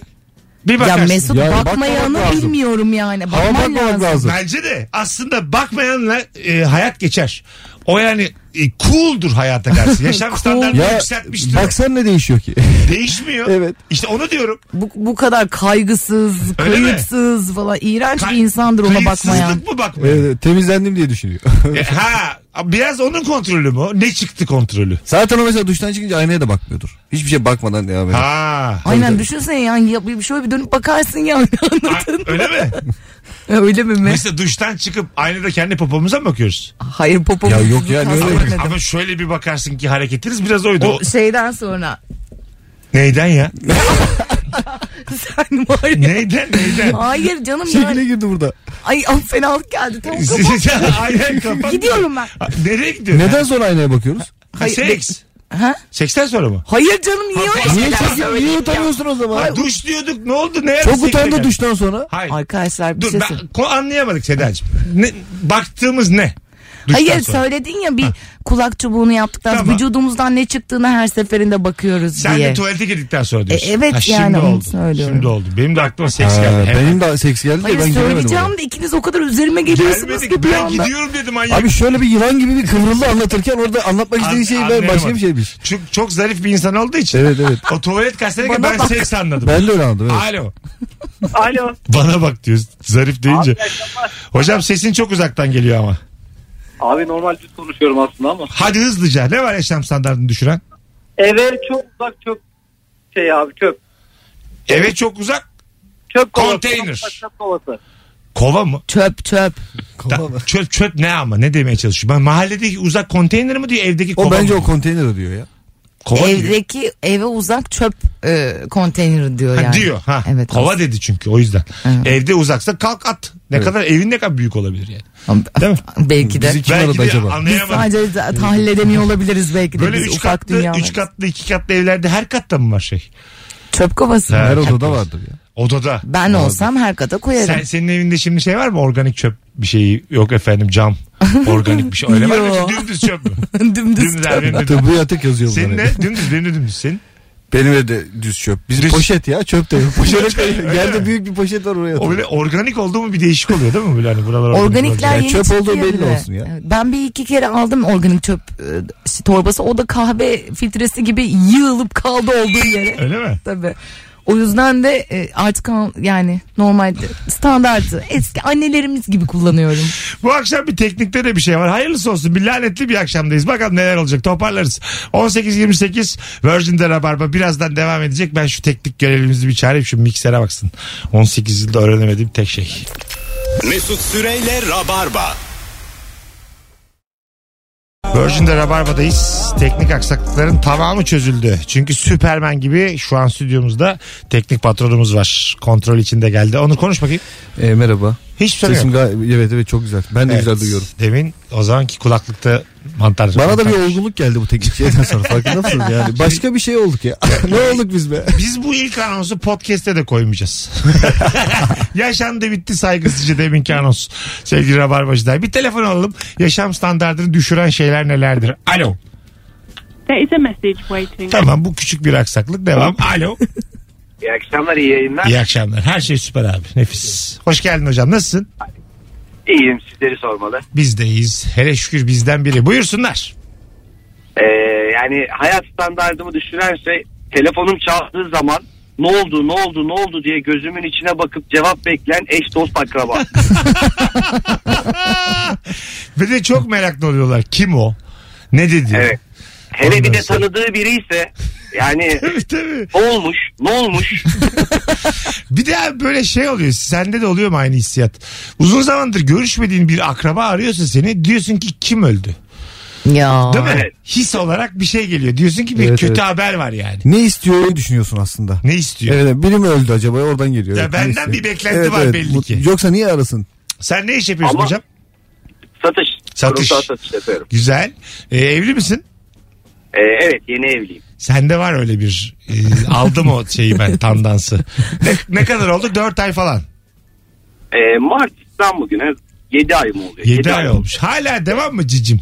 Speaker 1: Bir
Speaker 2: Ya
Speaker 1: bakarsın.
Speaker 2: Mesut
Speaker 3: Yani
Speaker 2: bakmayanı
Speaker 3: bakmamak lazım.
Speaker 2: bilmiyorum yani.
Speaker 3: Ama
Speaker 2: Bakman
Speaker 3: bakmamak
Speaker 2: lazım.
Speaker 3: lazım.
Speaker 1: Bence de aslında bakmayanla e, hayat geçer. O yani e, cool'dur hayata karşı. Yaşam standartını
Speaker 3: Ya
Speaker 1: yükseltmiştir.
Speaker 3: baksan ne değişiyor ki?
Speaker 1: Değişmiyor.
Speaker 3: Evet.
Speaker 1: İşte onu diyorum.
Speaker 2: Bu, bu kadar kaygısız,
Speaker 1: Öyle mi?
Speaker 2: kayıpsız falan. iğrenç
Speaker 1: Ka-
Speaker 2: bir insandır ona bakmayan.
Speaker 1: Kayıtsızlık mı bakmayan?
Speaker 3: Evet, temizlendim diye düşünüyor.
Speaker 1: E, ha biraz onun kontrolü mü? o? Ne çıktı kontrolü?
Speaker 3: Zaten o mesela duştan çıkınca aynaya da bakmıyordur. Hiçbir şey bakmadan devam ediyor.
Speaker 1: Ha.
Speaker 2: Aynen düşünsene yani ya, bir- şöyle bir dönüp bakarsın yani
Speaker 1: A-
Speaker 2: anladın mı?
Speaker 1: Öyle mi?
Speaker 2: Öyle mi mi?
Speaker 1: Mesela duştan çıkıp aynada kendi popomuza mı bakıyoruz?
Speaker 2: Hayır popomu.
Speaker 3: Ya yok ya, ne
Speaker 2: tasvir
Speaker 3: öyle?
Speaker 2: edemedim.
Speaker 1: Ama şöyle bir bakarsın ki hareketiniz biraz oydu. O-
Speaker 2: O şeyden sonra
Speaker 1: Neyden ya?
Speaker 2: sen var ya.
Speaker 1: Neyden neyden?
Speaker 2: Hayır canım
Speaker 1: Şey
Speaker 3: Şekline
Speaker 2: yani.
Speaker 3: girdi burada.
Speaker 2: Ay am fenalık geldi. Tamam kapat.
Speaker 1: Aynen kapat.
Speaker 2: Gidiyorum ben.
Speaker 1: Ha, Nereye gidiyorsun?
Speaker 3: Neden sonra aynaya bakıyoruz?
Speaker 1: Ha, seks.
Speaker 2: Ha?
Speaker 1: Seksten sonra mı?
Speaker 2: Hayır canım niye öyle
Speaker 3: Niye,
Speaker 2: şeyler
Speaker 3: çekin,
Speaker 2: söyledin
Speaker 3: niye
Speaker 2: ya?
Speaker 3: utanıyorsun o zaman?
Speaker 1: Ha, duş diyorduk ne oldu? Ne
Speaker 3: Çok utandı duştan sonra.
Speaker 1: Hayır.
Speaker 2: Arkadaşlar bir
Speaker 1: Dur
Speaker 2: şey
Speaker 1: ben
Speaker 2: söyle-
Speaker 1: ko- anlayamadık Sedacığım. Ne, baktığımız ne? Duştan
Speaker 2: Hayır
Speaker 1: sonra.
Speaker 2: söyledin ya bir kulak çubuğunu yaptıktan
Speaker 1: Tamam.
Speaker 2: vücudumuzdan ne çıktığını her seferinde bakıyoruz
Speaker 1: Sen
Speaker 2: diye.
Speaker 1: de tuvalete girdikten sonra diyorsun.
Speaker 2: E, evet yani
Speaker 1: Şimdi
Speaker 2: onu
Speaker 1: oldu.
Speaker 2: söylüyorum.
Speaker 1: Şimdi oldu. Benim de aklıma seks
Speaker 3: Ha,
Speaker 1: geldi. Hemen.
Speaker 3: Ee, benim de seks geldi de
Speaker 2: Hayır
Speaker 3: ben giremedim.
Speaker 2: söyleyeceğim
Speaker 3: ona.
Speaker 2: de ikiniz o kadar üzerime geliyorsunuz
Speaker 1: Gelmedik.
Speaker 2: ki bir
Speaker 1: Ben
Speaker 2: anda.
Speaker 1: gidiyorum dedim manyak.
Speaker 3: Abi şöyle bir yılan gibi bir kıvrıldı anlatırken orada anlatmak
Speaker 1: An-
Speaker 3: istediği şey ben başka
Speaker 1: anlayamadım.
Speaker 3: bir şeymiş.
Speaker 1: Çok, çok zarif bir insan olduğu için.
Speaker 3: Evet evet.
Speaker 1: O tuvalet gazetede
Speaker 2: Bana
Speaker 1: ben
Speaker 2: bak.
Speaker 1: seks anladım.
Speaker 3: Ben de öyle anladım. Evet.
Speaker 1: Alo.
Speaker 7: Alo.
Speaker 1: Bana bak diyor zarif deyince. Hocam sesin çok uzaktan geliyor ama.
Speaker 6: Abi normal düz konuşuyorum aslında ama.
Speaker 1: Hadi hızlıca. Ne var yaşam standartını düşüren?
Speaker 7: Eve çok uzak çok şey abi çöp.
Speaker 1: Eve çok uzak.
Speaker 7: Çöp kovası.
Speaker 1: Konteyner.
Speaker 7: Çok uzak Çöp kovası.
Speaker 1: Kova mı?
Speaker 2: Çöp çöp.
Speaker 3: Kova
Speaker 1: Da-
Speaker 3: mı?
Speaker 1: çöp çöp ne ama ne demeye çalışıyor? Ben mahalledeki uzak konteyner mi diyor evdeki
Speaker 3: O
Speaker 1: kova
Speaker 3: bence
Speaker 1: mı?
Speaker 3: o konteyner diyor ya.
Speaker 1: kova diyor.
Speaker 2: Evdeki eve uzak çöp e, konteyneri diyor
Speaker 1: Ha,
Speaker 2: yani.
Speaker 1: diyor. Ha.
Speaker 2: Evet.
Speaker 1: kova dedi çünkü o yüzden.
Speaker 2: Evet.
Speaker 1: Evde uzaksa kalk at. Ne kadar evin ne kadar büyük olabilir yani. Değil mi?
Speaker 2: Belki de.
Speaker 3: Bizi kim
Speaker 1: Belki
Speaker 3: aradı
Speaker 1: de
Speaker 3: acaba?
Speaker 2: Biz
Speaker 1: anlayamadım.
Speaker 2: sadece da- tahlil edemiyor olabiliriz belki de.
Speaker 1: Böyle
Speaker 2: Biz
Speaker 1: üç
Speaker 2: ufak
Speaker 1: katlı,
Speaker 2: dünyalarız.
Speaker 1: üç katlı, iki katlı evlerde her katta mı var şey?
Speaker 2: Çöp kovası. mı?
Speaker 3: Her
Speaker 1: Evet.
Speaker 3: odada vardır ya.
Speaker 1: Odada.
Speaker 2: Ben olsam her kata koyarım.
Speaker 1: Sen, senin evinde şimdi şey var mı? Organik çöp bir şeyi yok efendim cam. Organik bir şey. Öyle var mı?
Speaker 2: Yo.
Speaker 1: Dümdüz çöp mü?
Speaker 2: Dümdüz
Speaker 1: Dümdüz abi.
Speaker 3: Tıbbi yatık yazıyor bunlar.
Speaker 1: Senin
Speaker 3: hep.
Speaker 1: ne? Dümdüz benim de dümdüz senin.
Speaker 3: Benim evde düz çöp. Bizim
Speaker 1: Düz-
Speaker 3: poşet ya çöp de yok. Poşet koyuyor.
Speaker 1: Öyle mi?
Speaker 3: Yerde büyük bir poşet var oraya.
Speaker 1: O
Speaker 3: atıyor.
Speaker 1: böyle organik oldu mu bir değişik oluyor değil mi? Böyle hani buralar organik
Speaker 2: Organikler
Speaker 3: Yani
Speaker 2: yeni
Speaker 3: çöp
Speaker 2: çıkıyor
Speaker 3: olduğu belli
Speaker 2: bile.
Speaker 3: olsun ya.
Speaker 2: Evet, Ben bir iki kere aldım organik çöp e, torbası. O da kahve filtresi gibi yığılıp kaldı olduğu yere.
Speaker 1: Öyle mi?
Speaker 2: Tabii. O yüzden de e, artık an- yani normal standartı eski annelerimiz gibi kullanıyorum.
Speaker 1: Bu akşam bir teknikte de bir şey var. Hayırlısı olsun. Bir lanetli bir akşamdayız. Bakalım neler olacak. Toparlarız. 18.28 Virgin'de Rabarba birazdan devam edecek. Ben şu teknik görevimizi bir çağırayım. Şu miksere baksın. 18 yılda öğrenemediğim tek şey.
Speaker 8: Mesut Süreyle Rabarba.
Speaker 1: Virgin'de Rabarba'dayız. Teknik aksaklıkların tamamı çözüldü. Çünkü Süpermen gibi şu an stüdyomuzda teknik patronumuz var. Kontrol içinde geldi. Onur konuş bakayım.
Speaker 3: E, merhaba.
Speaker 1: Hiç sorun
Speaker 3: Sesim
Speaker 1: yok.
Speaker 3: gay- evet evet çok güzel. Ben de güzel duyuyorum.
Speaker 1: Demin o zamanki kulaklıkta mantar.
Speaker 3: Bana da bir olgunluk geldi bu teknik şeyden sonra farkında mısınız yani? Başka bir şey olduk ya. ne olduk biz be?
Speaker 1: Biz bu ilk anonsu podcast'te de koymayacağız. Yaşandı bitti saygısızca deminki anons. Sevgili Rabarbacılar. Bir telefon alalım. Yaşam standartını düşüren şeyler nelerdir? Alo.
Speaker 9: There is a message waiting.
Speaker 1: Tamam bu küçük bir aksaklık. Devam. Alo.
Speaker 5: İyi akşamlar, iyi yayınlar.
Speaker 1: İyi akşamlar. Her şey süper abi. Nefis. Hoş geldin hocam. Nasılsın?
Speaker 5: İyiyim, sizleri sormalı.
Speaker 1: Biz de iyiyiz. Hele şükür bizden biri. Buyursunlar.
Speaker 5: Ee, yani hayat standartımı düşüren şey telefonum çaldığı zaman ne oldu ne oldu ne oldu diye gözümün içine bakıp cevap bekleyen eş dost akraba.
Speaker 1: Ve de çok meraklı oluyorlar. Kim o? Ne dedi?
Speaker 5: Evet. Hele bir
Speaker 1: Ondan
Speaker 5: de
Speaker 1: sonra-
Speaker 5: tanıdığı biri ise yani
Speaker 1: Evet, tabii.
Speaker 5: ne olmuş ne olmuş
Speaker 1: Bir de abi böyle şey oluyor. Sende de oluyor mu aynı hissiyat? Uzun zamandır görüşmediğin bir akraba arıyorsa seni diyorsun ki kim öldü?
Speaker 2: Ya.
Speaker 1: Değil mi?
Speaker 5: Evet.
Speaker 1: His olarak bir şey geliyor. Diyorsun ki bir
Speaker 3: Evet,
Speaker 1: kötü
Speaker 3: evet.
Speaker 1: haber var yani.
Speaker 3: Ne istiyor onu düşünüyorsun aslında.
Speaker 1: Ne istiyor?
Speaker 3: Evet, evet, biri mi öldü acaba oradan geliyor.
Speaker 1: Ya
Speaker 3: Evet,
Speaker 1: benden
Speaker 3: neyse.
Speaker 1: bir beklenti var belli
Speaker 3: Bu-
Speaker 1: ki.
Speaker 3: Yoksa niye arasın?
Speaker 1: Sen ne iş yapıyorsun
Speaker 5: Ama-
Speaker 1: hocam?
Speaker 5: satış.
Speaker 1: Satış.
Speaker 5: Kurumsal satış yapıyorum.
Speaker 1: Güzel. Ee, evli misin?
Speaker 5: Ee, evet yeni evliyim.
Speaker 1: Sende var öyle bir e, aldım o şeyi ben tandansı. Ne, ne kadar oldu? 4 ay falan.
Speaker 5: Ee, Mart'tan bugüne 7 ay mı oluyor?
Speaker 1: 7 ay olmuş. Hala devam mı cicim?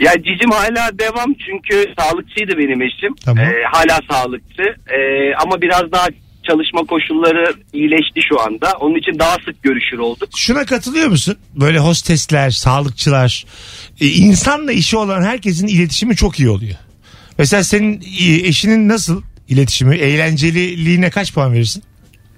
Speaker 5: Ya cicim hala devam çünkü sağlıkçıydı benim eşim.
Speaker 1: Tamam.
Speaker 5: Ee, hala sağlıkçı. Ee, ama biraz daha çalışma koşulları iyileşti şu anda. Onun için daha sık görüşür olduk.
Speaker 1: Şuna katılıyor musun? Böyle hostesler, sağlıkçılar, e, insanla işi olan herkesin iletişimi çok iyi oluyor. Mesela senin e, eşinin nasıl iletişimi? Eğlenceliliğine kaç puan verirsin?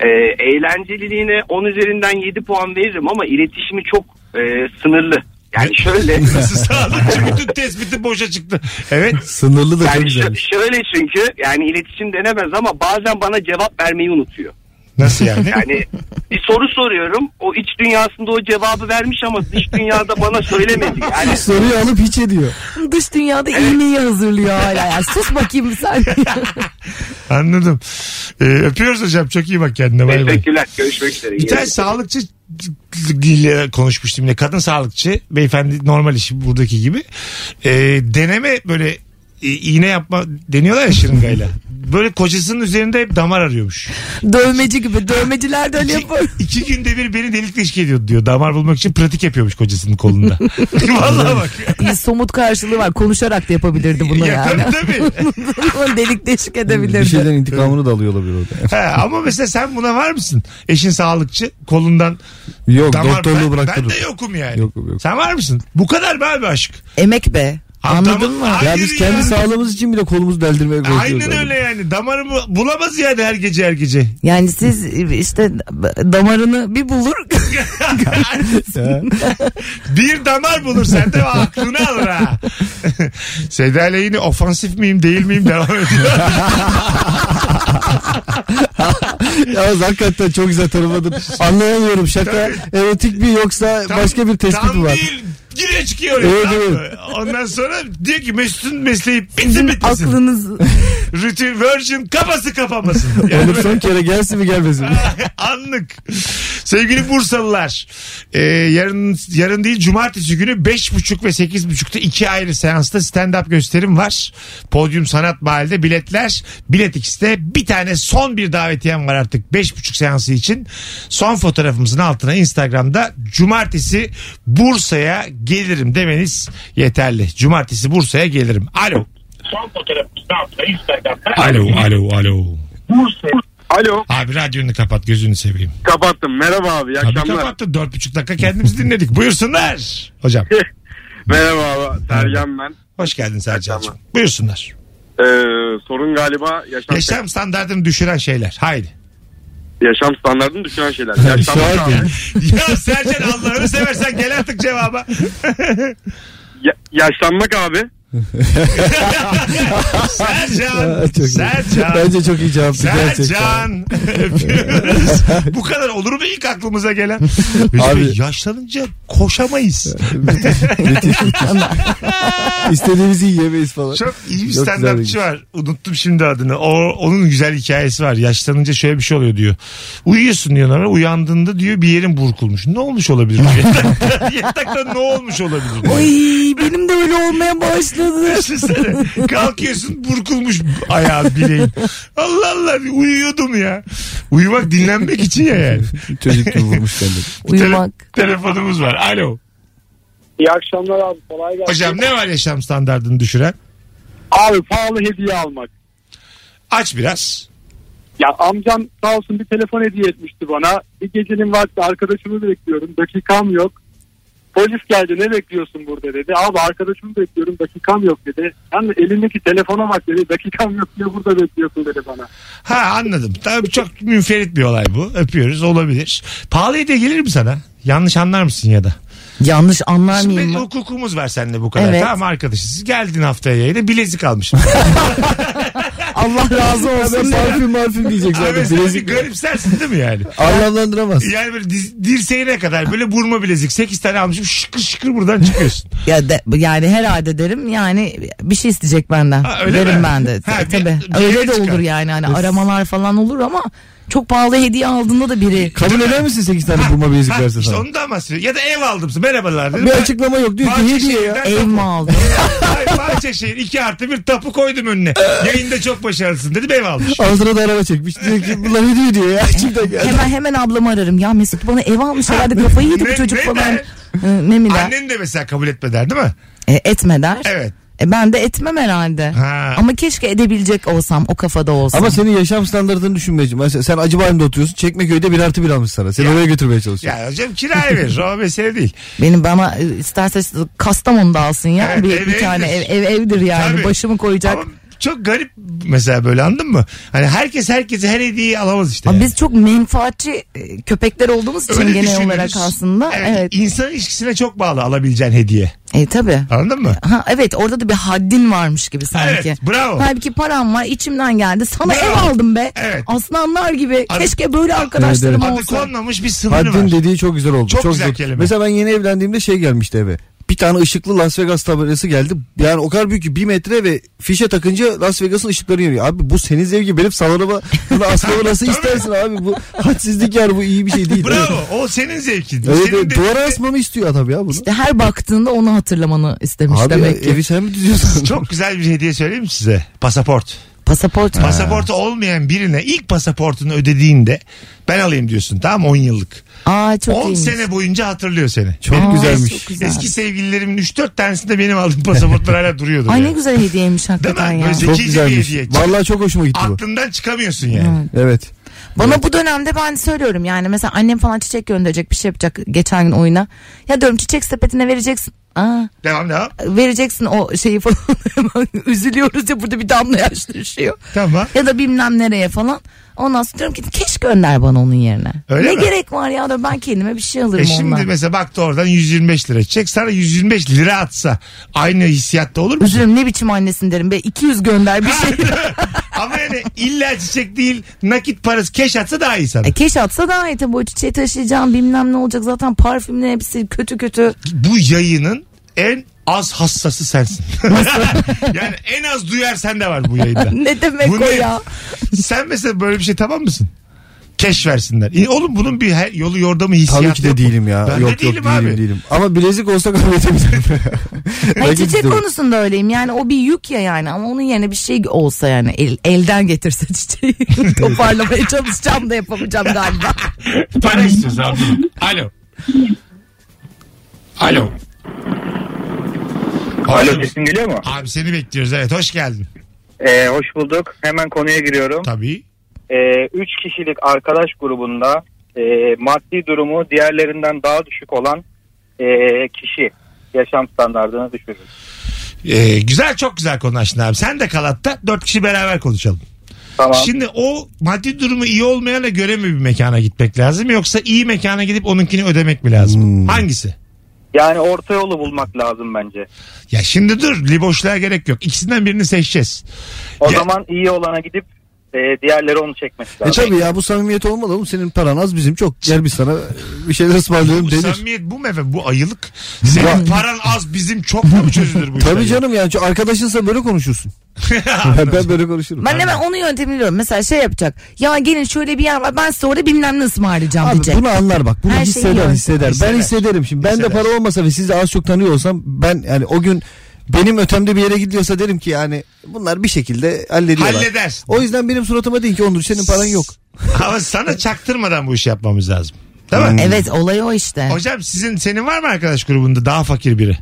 Speaker 5: Ee, eğlenceliliğine 10 üzerinden 7 puan veririm ama iletişimi çok e, sınırlı. Yani şöyle
Speaker 1: Sağlıkçı bütün tespiti boşa çıktı. Evet.
Speaker 3: Sınırlı da çok
Speaker 5: yani şö-
Speaker 3: güzelmiş.
Speaker 5: şöyle çünkü yani iletişim denemez ama bazen bana cevap vermeyi unutuyor.
Speaker 1: Nasıl yani?
Speaker 5: Yani bir soru soruyorum. O iç dünyasında o cevabı vermiş ama dış dünyada bana söylemedi. Yani
Speaker 3: şey. Soruyu alıp hiç ediyor.
Speaker 2: Dış dünyada iğneyi hazırlıyor hala. Ya. Sus bakayım sen.
Speaker 1: Anladım. Ee, öpüyoruz hocam. Çok iyi bak kendine. Bay bay.
Speaker 5: teşekkürler. Görüşmek üzere.
Speaker 1: Bir tane sağlıkçı ile konuşmuştum yine. Kadın sağlıkçı. Beyefendi normal işi buradaki gibi. Ee, deneme böyle e, iğne yapma deniyorlar ya şırıngayla. Böyle kocasının üzerinde hep damar arıyormuş.
Speaker 2: Dövmeci gibi. Dövmeciler de öyle
Speaker 1: İki,
Speaker 2: yapar.
Speaker 1: iki günde bir beni delik deşik ediyordu diyor. Damar bulmak için pratik yapıyormuş kocasının kolunda. Vallahi bak.
Speaker 2: İyi, somut karşılığı var. Konuşarak da yapabilirdi bunu
Speaker 1: Ya,
Speaker 2: yani.
Speaker 1: tabii tabii.
Speaker 2: Bunu Delik deşik
Speaker 3: Bir
Speaker 1: şey
Speaker 2: edebilirdi.
Speaker 3: şeyden intikamını da alıyor olabilir orada.
Speaker 1: Ha, ama mesela sen buna var mısın? Eşin sağlıkçı kolundan
Speaker 3: Yok
Speaker 1: damar.
Speaker 3: doktorluğu
Speaker 1: ben,
Speaker 3: bıraktırır.
Speaker 1: ben de yokum yani.
Speaker 3: Yokum, yok.
Speaker 1: Sen var mısın? Bu kadar mı abi aşk?
Speaker 2: Emek be.
Speaker 1: Abi
Speaker 2: Anladın
Speaker 1: damar-
Speaker 2: mı?
Speaker 3: Ya
Speaker 1: Hayır
Speaker 3: biz kendi
Speaker 1: ya.
Speaker 3: sağlığımız için bile kolumuzu deldirmeye korkuyoruz.
Speaker 1: Aynen
Speaker 3: abi.
Speaker 1: öyle yani. Damarımı bulamaz yani her gece her gece.
Speaker 2: Yani siz işte damarını bir bulur.
Speaker 1: Bir damar bulur sende aklını alır ha. Seda ile yine ofansif miyim değil miyim devam ediyor.
Speaker 3: Ya hakikaten çok güzel tanımadın. Anlayamıyorum şaka erotik mi yoksa
Speaker 1: Tam-
Speaker 3: başka bir tespit mi
Speaker 1: Tam
Speaker 3: var?
Speaker 1: değil. Gire çıkıyor.
Speaker 3: Evet,
Speaker 1: tamam mı?
Speaker 3: evet.
Speaker 1: Ondan sonra diyor ki Mesut'un mesleği bitti
Speaker 2: Sizin
Speaker 1: bitmesin.
Speaker 2: aklınız
Speaker 1: Rutin Virgin kafası kapamasın. Yani
Speaker 3: Oğlum son kere gelsin mi gelmesin mi?
Speaker 1: Anlık. Sevgili Bursalılar e, yarın yarın değil cumartesi günü 5.30 ve 8.30'da iki ayrı seansta stand-up gösterim var. Podyum Sanat Mahalli'de biletler Bilet X'te bir tane son bir davetiyem var artık 5.30 seansı için. Son fotoğrafımızın altına Instagram'da cumartesi Bursa'ya gelirim demeniz yeterli. Cumartesi Bursa'ya gelirim. Alo.
Speaker 10: son fotoğrafımızın altına Instagram'da.
Speaker 1: Alo alo alo.
Speaker 11: Alo.
Speaker 1: Abi radyonu kapat gözünü seveyim.
Speaker 11: Kapattım. Merhaba abi. iyi
Speaker 1: Tabii
Speaker 11: akşamlar.
Speaker 1: kapattı. Dört buçuk dakika kendimizi dinledik. Buyursunlar hocam.
Speaker 11: Merhaba abi. Sergen ben.
Speaker 1: Hoş geldin Sercan'cığım. Buyursunlar.
Speaker 11: Ee, sorun galiba yaşam,
Speaker 12: şey-
Speaker 1: Yaşam standartını düşüren şeyler. Haydi.
Speaker 11: yaşam standartını düşüren şeyler. Yaşam
Speaker 1: ya Sercan Allah'ını seversen gel artık cevaba.
Speaker 11: Ya- yaşlanmak abi.
Speaker 1: Sercan.
Speaker 3: Çok iyi.
Speaker 1: Sercan.
Speaker 3: Bence çok iyi cevaptı gerçekten.
Speaker 1: Sercan. Öpüyoruz. Bu kadar olur mu ilk aklımıza gelen? Abi.
Speaker 3: Abi-
Speaker 1: yaşlanınca koşamayız.
Speaker 3: İstediğimizi yiyemeyiz falan.
Speaker 1: Çok iyi bir
Speaker 3: Çok güzel bir
Speaker 1: standartçı var. Unuttum şimdi adını. O, onun güzel hikayesi var. Yaşlanınca şöyle bir şey oluyor diyor. Uyuyorsun diyor normal. Uyandığında diyor bir yerin burkulmuş. Ne olmuş olabilir? Yatakta, yatakta ne olmuş olabilir?
Speaker 2: Ay benim de öyle olmaya başladı.
Speaker 1: Düşünsene. Kalkıyorsun burkulmuş ayağı bileğin. Allah Allah bir uyuyordum ya. Uyumak dinlenmek için ya yani.
Speaker 3: Çocuk gibi vurmuş kendini.
Speaker 1: Bir tele- telefonumuz var. Alo.
Speaker 12: İyi akşamlar abi kolay gelsin.
Speaker 1: Hocam ne var yaşam standartını düşüren?
Speaker 12: Abi pahalı hediye almak.
Speaker 1: Aç biraz.
Speaker 12: Ya amcam sağ olsun bir telefon hediye etmişti bana. Bir gecenin vakti arkadaşımı bekliyorum dakikam yok. Polis geldi ne bekliyorsun burada dedi. Abi arkadaşımı bekliyorum dakikam yok dedi. Yani elindeki telefona bak dedi dakikam yok diye burada bekliyorsun dedi bana.
Speaker 1: Ha anladım. Tabii çok münferit bir olay bu. Öpüyoruz olabilir. Pahalı hediye gelir mi sana? Yanlış anlar mısın ya da?
Speaker 2: Yanlış anlar
Speaker 1: Şimdi
Speaker 2: mıyım?
Speaker 1: bir hukukumuz var seninle bu kadar.
Speaker 2: Evet.
Speaker 1: Tamam arkadaşız. Geldin haftaya yayına bilezik almışım.
Speaker 2: Allah razı
Speaker 3: Ben
Speaker 2: olsun.
Speaker 3: parfüm marfüm diyecek
Speaker 1: Abi
Speaker 3: zaten.
Speaker 1: sen
Speaker 3: Bilezik.
Speaker 1: bir garipsersin değil mi yani?
Speaker 3: Anlamlandıramaz.
Speaker 1: Yani böyle diz- dirseğine kadar böyle burma bilezik 8 tane almışım şıkır şıkır buradan çıkıyorsun.
Speaker 2: Ya de, yani herhalde derim yani bir şey isteyecek benden.
Speaker 1: Ha, öyle
Speaker 2: derim
Speaker 1: mi?
Speaker 2: ben de.
Speaker 1: Ha, bir-
Speaker 2: Tabii.
Speaker 1: bir yere
Speaker 2: öyle de
Speaker 1: çıkar.
Speaker 2: olur yani hani
Speaker 1: Öf.
Speaker 2: aramalar falan olur ama çok pahalı hediye aldığında da biri.
Speaker 3: Kabul eder misin 8 tane burma bilezik
Speaker 1: Ha,
Speaker 3: verse
Speaker 1: işte
Speaker 3: sana?
Speaker 1: onu da bahsediyor. Ya da ev aldım. Merhabalar dedim.
Speaker 3: Bir
Speaker 1: Ben-
Speaker 3: açıklama yok. Diyor ki hediye ya.
Speaker 1: Bahçeşehir'den
Speaker 2: Ev mi aldın?
Speaker 1: Ay, Bahçeşehir 2 artı bir tapu koydum önüne. Yayında çok başarılısın dedim ev almış.
Speaker 3: Ağzına da araba çekmiş. Diyor ki bunlar hediye diyor ya. İçimden geldi.
Speaker 2: hemen hemen ablamı ararım. Ya Mesut bana ev almış herhalde kafayı yedi
Speaker 1: Ne-
Speaker 2: bu çocuk
Speaker 1: ne
Speaker 2: falan.
Speaker 1: der?
Speaker 2: Hı, Ne mi der?
Speaker 1: Annen de mesela kabul etme der değil mi?
Speaker 2: E, etme der.
Speaker 1: Evet.
Speaker 2: E, ben de etmem herhalde.
Speaker 1: Ha.
Speaker 2: Ama keşke edebilecek olsam o kafada olsam.
Speaker 3: Ama senin yaşam standartını düşünmeyeceğim. Mesela sen Acıbadem'de oturuyorsun. Çekmeköy'de bir artı bir almış sana. Seni oraya götürmeye çalışıyor.
Speaker 1: Ya hocam kiraya verir o mesele değil.
Speaker 2: Benim bana e, isterse Kastamonu'da alsın ya.
Speaker 1: Evet,
Speaker 2: bir,
Speaker 1: ev
Speaker 2: bir tane
Speaker 1: evdir.
Speaker 2: ev, ev evdir yani.
Speaker 1: Tabii.
Speaker 2: Başımı koyacak.
Speaker 1: Ama çok garip mesela böyle anladın mı? Hani herkes herkese her hediyeyi alamaz işte.
Speaker 2: Ama
Speaker 1: yani.
Speaker 2: biz çok menfaatçi e, köpekler olduğumuz için
Speaker 1: Öyle
Speaker 2: genel
Speaker 1: düşünürüz.
Speaker 2: olarak aslında.
Speaker 1: Yani
Speaker 2: Evet.
Speaker 1: İnsan ilişkisine çok bağlı alabileceğin hediye.
Speaker 2: E tabi.
Speaker 1: Anladın mı?
Speaker 2: Ha evet orada da bir haddin varmış gibi sanki.
Speaker 1: Evet, bravo.
Speaker 2: Halbuki param var içimden geldi. Sana
Speaker 1: Bravo.
Speaker 2: ev aldım be.
Speaker 1: Evet.
Speaker 2: Aslanlar gibi.
Speaker 1: Adı-
Speaker 2: Keşke böyle arkadaşlarım
Speaker 1: Adı
Speaker 2: olsa.
Speaker 1: konmamış bir sınırı
Speaker 3: Haddin
Speaker 1: var.
Speaker 3: dediği çok güzel oldu.
Speaker 1: Çok güzel
Speaker 3: zor-
Speaker 1: kelime.
Speaker 3: Mesela ben yeni evlendiğimde şey gelmişti eve. Bir tane ışıklı Las Vegas tabelası geldi. Yani o kadar büyük ki bir metre ve fişe takınca Las Vegas'ın ışıkları yanıyor. Abi bu senin zevki benim salonuma bunu asmamı nasıl istersin abi? Bu hadsizlik yani bu iyi bir şey değil.
Speaker 1: Bravo. O senin zevkin.
Speaker 3: Evet,
Speaker 1: senin
Speaker 3: evet.
Speaker 1: de-
Speaker 3: duvara asmamı istiyor adam ya bunu.
Speaker 2: İşte her baktığında onu hatırlamanı istemiş
Speaker 3: Abi
Speaker 2: demek ki.
Speaker 3: evi sen mi düzüyorsun?
Speaker 1: Çok güzel bir hediye söyleyeyim mi size? Pasaport.
Speaker 2: Pasaport.
Speaker 1: Pasaportu olmayan birine ilk pasaportunu ödediğinde ben alayım diyorsun tamam mı? 10 yıllık.
Speaker 2: Aa çok
Speaker 1: 10
Speaker 2: iyiymiş.
Speaker 1: sene boyunca hatırlıyor seni.
Speaker 3: Çok
Speaker 2: Aa,
Speaker 3: güzelmiş.
Speaker 2: çok güzel.
Speaker 1: Eski sevgililerimin 3-4 tanesinde benim aldığım pasaportlar hala duruyordu.
Speaker 2: Ay
Speaker 1: yani.
Speaker 2: ne güzel hediyeymiş hakikaten
Speaker 1: Değil mi?
Speaker 2: ya.
Speaker 1: Böyle
Speaker 3: Çok
Speaker 1: zekice bir
Speaker 3: güzelmiş.
Speaker 1: hediye.
Speaker 3: Vallahi çok hoşuma gitti bu.
Speaker 1: Aklından çıkamıyorsun yani.
Speaker 3: Evet.
Speaker 2: Bana bu dönemde ben söylüyorum yani mesela annem falan çiçek gönderecek bir şey yapacak geçen gün oyuna. Ya diyorum çiçek sepetine vereceksin. Aa,
Speaker 1: Devam devam.
Speaker 2: vereceksin o şeyi falan. Üzülüyoruz ya burada bir damla yaş düşüyor.
Speaker 1: Tamam.
Speaker 2: Ya da bilmem nereye falan. Ondan sonra diyorum ki keşke gönder bana onun yerine.
Speaker 1: Öyle
Speaker 2: ne
Speaker 1: mi?
Speaker 2: gerek var ya da ben kendime bir şey alırım
Speaker 1: E şimdi
Speaker 2: ondan.
Speaker 1: mesela baktı oradan 125 lira çek. Sana 125 lira atsa aynı hissiyatta olur mu?
Speaker 2: Üzülürüm ne biçim annesin derim be 200 gönder bir şey.
Speaker 1: Ama yani illa çiçek değil nakit parası keş atsa daha iyi sana.
Speaker 2: E, keş atsa daha iyi tabii o çiçeği taşıyacağım bilmem ne olacak zaten parfümün hepsi kötü kötü.
Speaker 1: Bu yayının en az hassası sensin. yani en az duyar sende var bu yayında.
Speaker 2: ne demek
Speaker 1: Bu
Speaker 2: o
Speaker 1: ne?
Speaker 2: ya?
Speaker 1: Sen mesela böyle bir şey tamam mısın? Keş versinler. E, oğlum bunun bir he- yolu yordamı hissiyatı
Speaker 3: Tabii ki de
Speaker 1: yok mu?
Speaker 3: değilim ya.
Speaker 1: Ben
Speaker 3: yok
Speaker 1: de değilim
Speaker 3: yok
Speaker 1: abi.
Speaker 3: değilim değilim. Ama bilezik olsa kabul edebilirim.
Speaker 2: Hayır
Speaker 3: Belki
Speaker 2: çiçek
Speaker 3: isterim.
Speaker 2: konusunda öyleyim yani o bir yük ya yani ama onun yerine bir şey olsa yani el, elden getirse çiçeği toparlamaya çalışacağım da yapamayacağım galiba.
Speaker 1: Para istiyoruz abi. Alo. Alo. Alo,
Speaker 13: sesim geliyor mu?
Speaker 1: Abi seni bekliyoruz evet hoş geldin.
Speaker 13: Ee, hoş bulduk. Hemen konuya giriyorum.
Speaker 1: Tabii.
Speaker 13: Ee, üç kişilik arkadaş grubunda e, maddi durumu diğerlerinden daha düşük olan e, kişi yaşam standartını düşürür.
Speaker 1: Ee, güzel çok güzel konu açtın abi. Sen de kalatta dört kişi beraber konuşalım.
Speaker 13: Tamam.
Speaker 1: Şimdi o maddi durumu iyi olmayana göre mi bir mekana gitmek lazım yoksa iyi mekana gidip onunkini ödemek mi lazım?
Speaker 3: Hmm.
Speaker 1: Hangisi?
Speaker 13: Yani orta yolu bulmak lazım bence.
Speaker 1: Ya şimdi dur liboşluğa gerek yok. İkisinden birini seçeceğiz.
Speaker 13: O zaman iyi olana gidip e, diğerleri onu çekmesi
Speaker 3: E
Speaker 13: lazım.
Speaker 3: tabii ya bu samimiyet olmadı oğlum senin paran az bizim çok. Gel biz sana bir şeyler ısmarlayalım
Speaker 1: Bu
Speaker 3: denir.
Speaker 1: samimiyet bu mu efendim? Bu ayılık. Senin
Speaker 3: Ya-
Speaker 1: paran az bizim çok mu çözülür bu işler?
Speaker 3: Tabii canım yani Çünkü arkadaşınsa böyle konuşursun. ben böyle konuşurum.
Speaker 2: Ben hemen onu yöntemliyorum. Mesela şey yapacak. Ya gelin şöyle bir yer var. Ben size orada bilmem ne ısmarlayacağım
Speaker 3: Abi
Speaker 2: diyecek.
Speaker 3: bunu anlar bak. Bunu
Speaker 2: Her şeyi
Speaker 3: hisseder,
Speaker 2: yön-
Speaker 3: hisseder
Speaker 2: Hisseder.
Speaker 3: Ben hissederim şimdi. Ben de para olmasa ve sizi az çok tanıyor olsam ben yani o gün benim ötemde bir yere gidiyorsa derim ki yani bunlar bir şekilde hallediyorlar.
Speaker 1: Halledersin.
Speaker 3: O yüzden benim suratıma deyin ki Onur senin paran yok.
Speaker 1: Ama sana çaktırmadan bu işi yapmamız lazım. Değil mi?
Speaker 3: Hmm.
Speaker 2: Evet olay o işte.
Speaker 1: Hocam sizin senin var mı arkadaş grubunda daha fakir biri?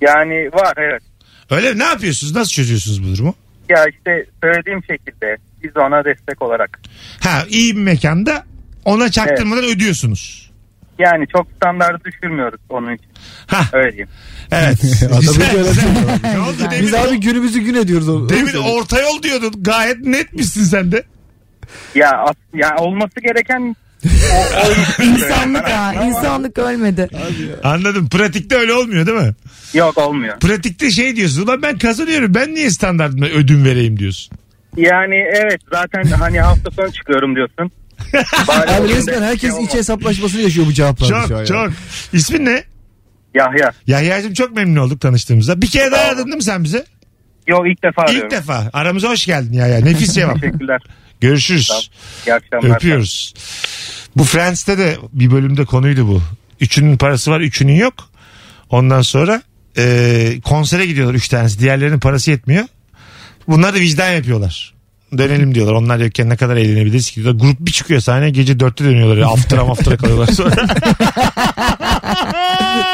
Speaker 13: Yani var evet.
Speaker 1: Öyle mi? ne yapıyorsunuz? Nasıl çözüyorsunuz bu durumu?
Speaker 13: Ya işte söylediğim şekilde biz ona destek olarak.
Speaker 1: Ha iyi bir mekanda ona çaktırmadan ödüyorsunuz.
Speaker 13: Yani çok standartı düşürmüyoruz onun için.
Speaker 1: Ha.
Speaker 13: Öyle diyeyim.
Speaker 1: Evet.
Speaker 3: Adamı
Speaker 1: Güzel,
Speaker 3: gören-
Speaker 1: güzel. Ne oldu?
Speaker 3: şey Biz
Speaker 1: Demin,
Speaker 3: abi günümüzü gün ediyoruz. oğlum.
Speaker 1: demin orta yol diyordun. Gayet netmişsin sen de.
Speaker 13: Ya, as- ya olması gereken o, o
Speaker 2: İnsanlık ha. insanlık ölmedi.
Speaker 1: Anladım. Pratikte öyle olmuyor değil mi?
Speaker 13: Yok olmuyor.
Speaker 1: Pratikte şey diyorsun. Ulan ben kazanıyorum. Ben niye standartına ödün vereyim diyorsun.
Speaker 13: Yani evet zaten hani hafta sonu çıkıyorum diyorsun. Bari o
Speaker 3: Abi
Speaker 13: gün de
Speaker 3: resmen herkes
Speaker 13: şey
Speaker 3: iç hesaplaşmasını yaşıyor bu cevaplar.
Speaker 1: Çok çok. İsmin ne?
Speaker 13: Yahya.
Speaker 1: Yahya'cığım çok memnun olduk tanıştığımıza. Bir kere daha aradın değil mi sen bize?
Speaker 13: Yok ilk defa arıyorum.
Speaker 1: İlk defa. Aramıza hoş geldin Yahya. Nefis cevap.
Speaker 13: Teşekkürler.
Speaker 1: Görüşürüz.
Speaker 13: Tamam. İyi akşamlar.
Speaker 1: Öpüyoruz. Bu Friends'te de bir bölümde konuydu bu. Üçünün parası var, üçünün yok. Ondan sonra e, konsere gidiyorlar üç tanesi. Diğerlerinin parası yetmiyor. Bunlar da vicdan yapıyorlar. Dönelim diyorlar. Onlar yokken ne kadar eğlenebiliriz ki diyorlar. Grup bir çıkıyor sahneye gece dörtte dönüyorlar. Ya. After'a after'a kalıyorlar sonra.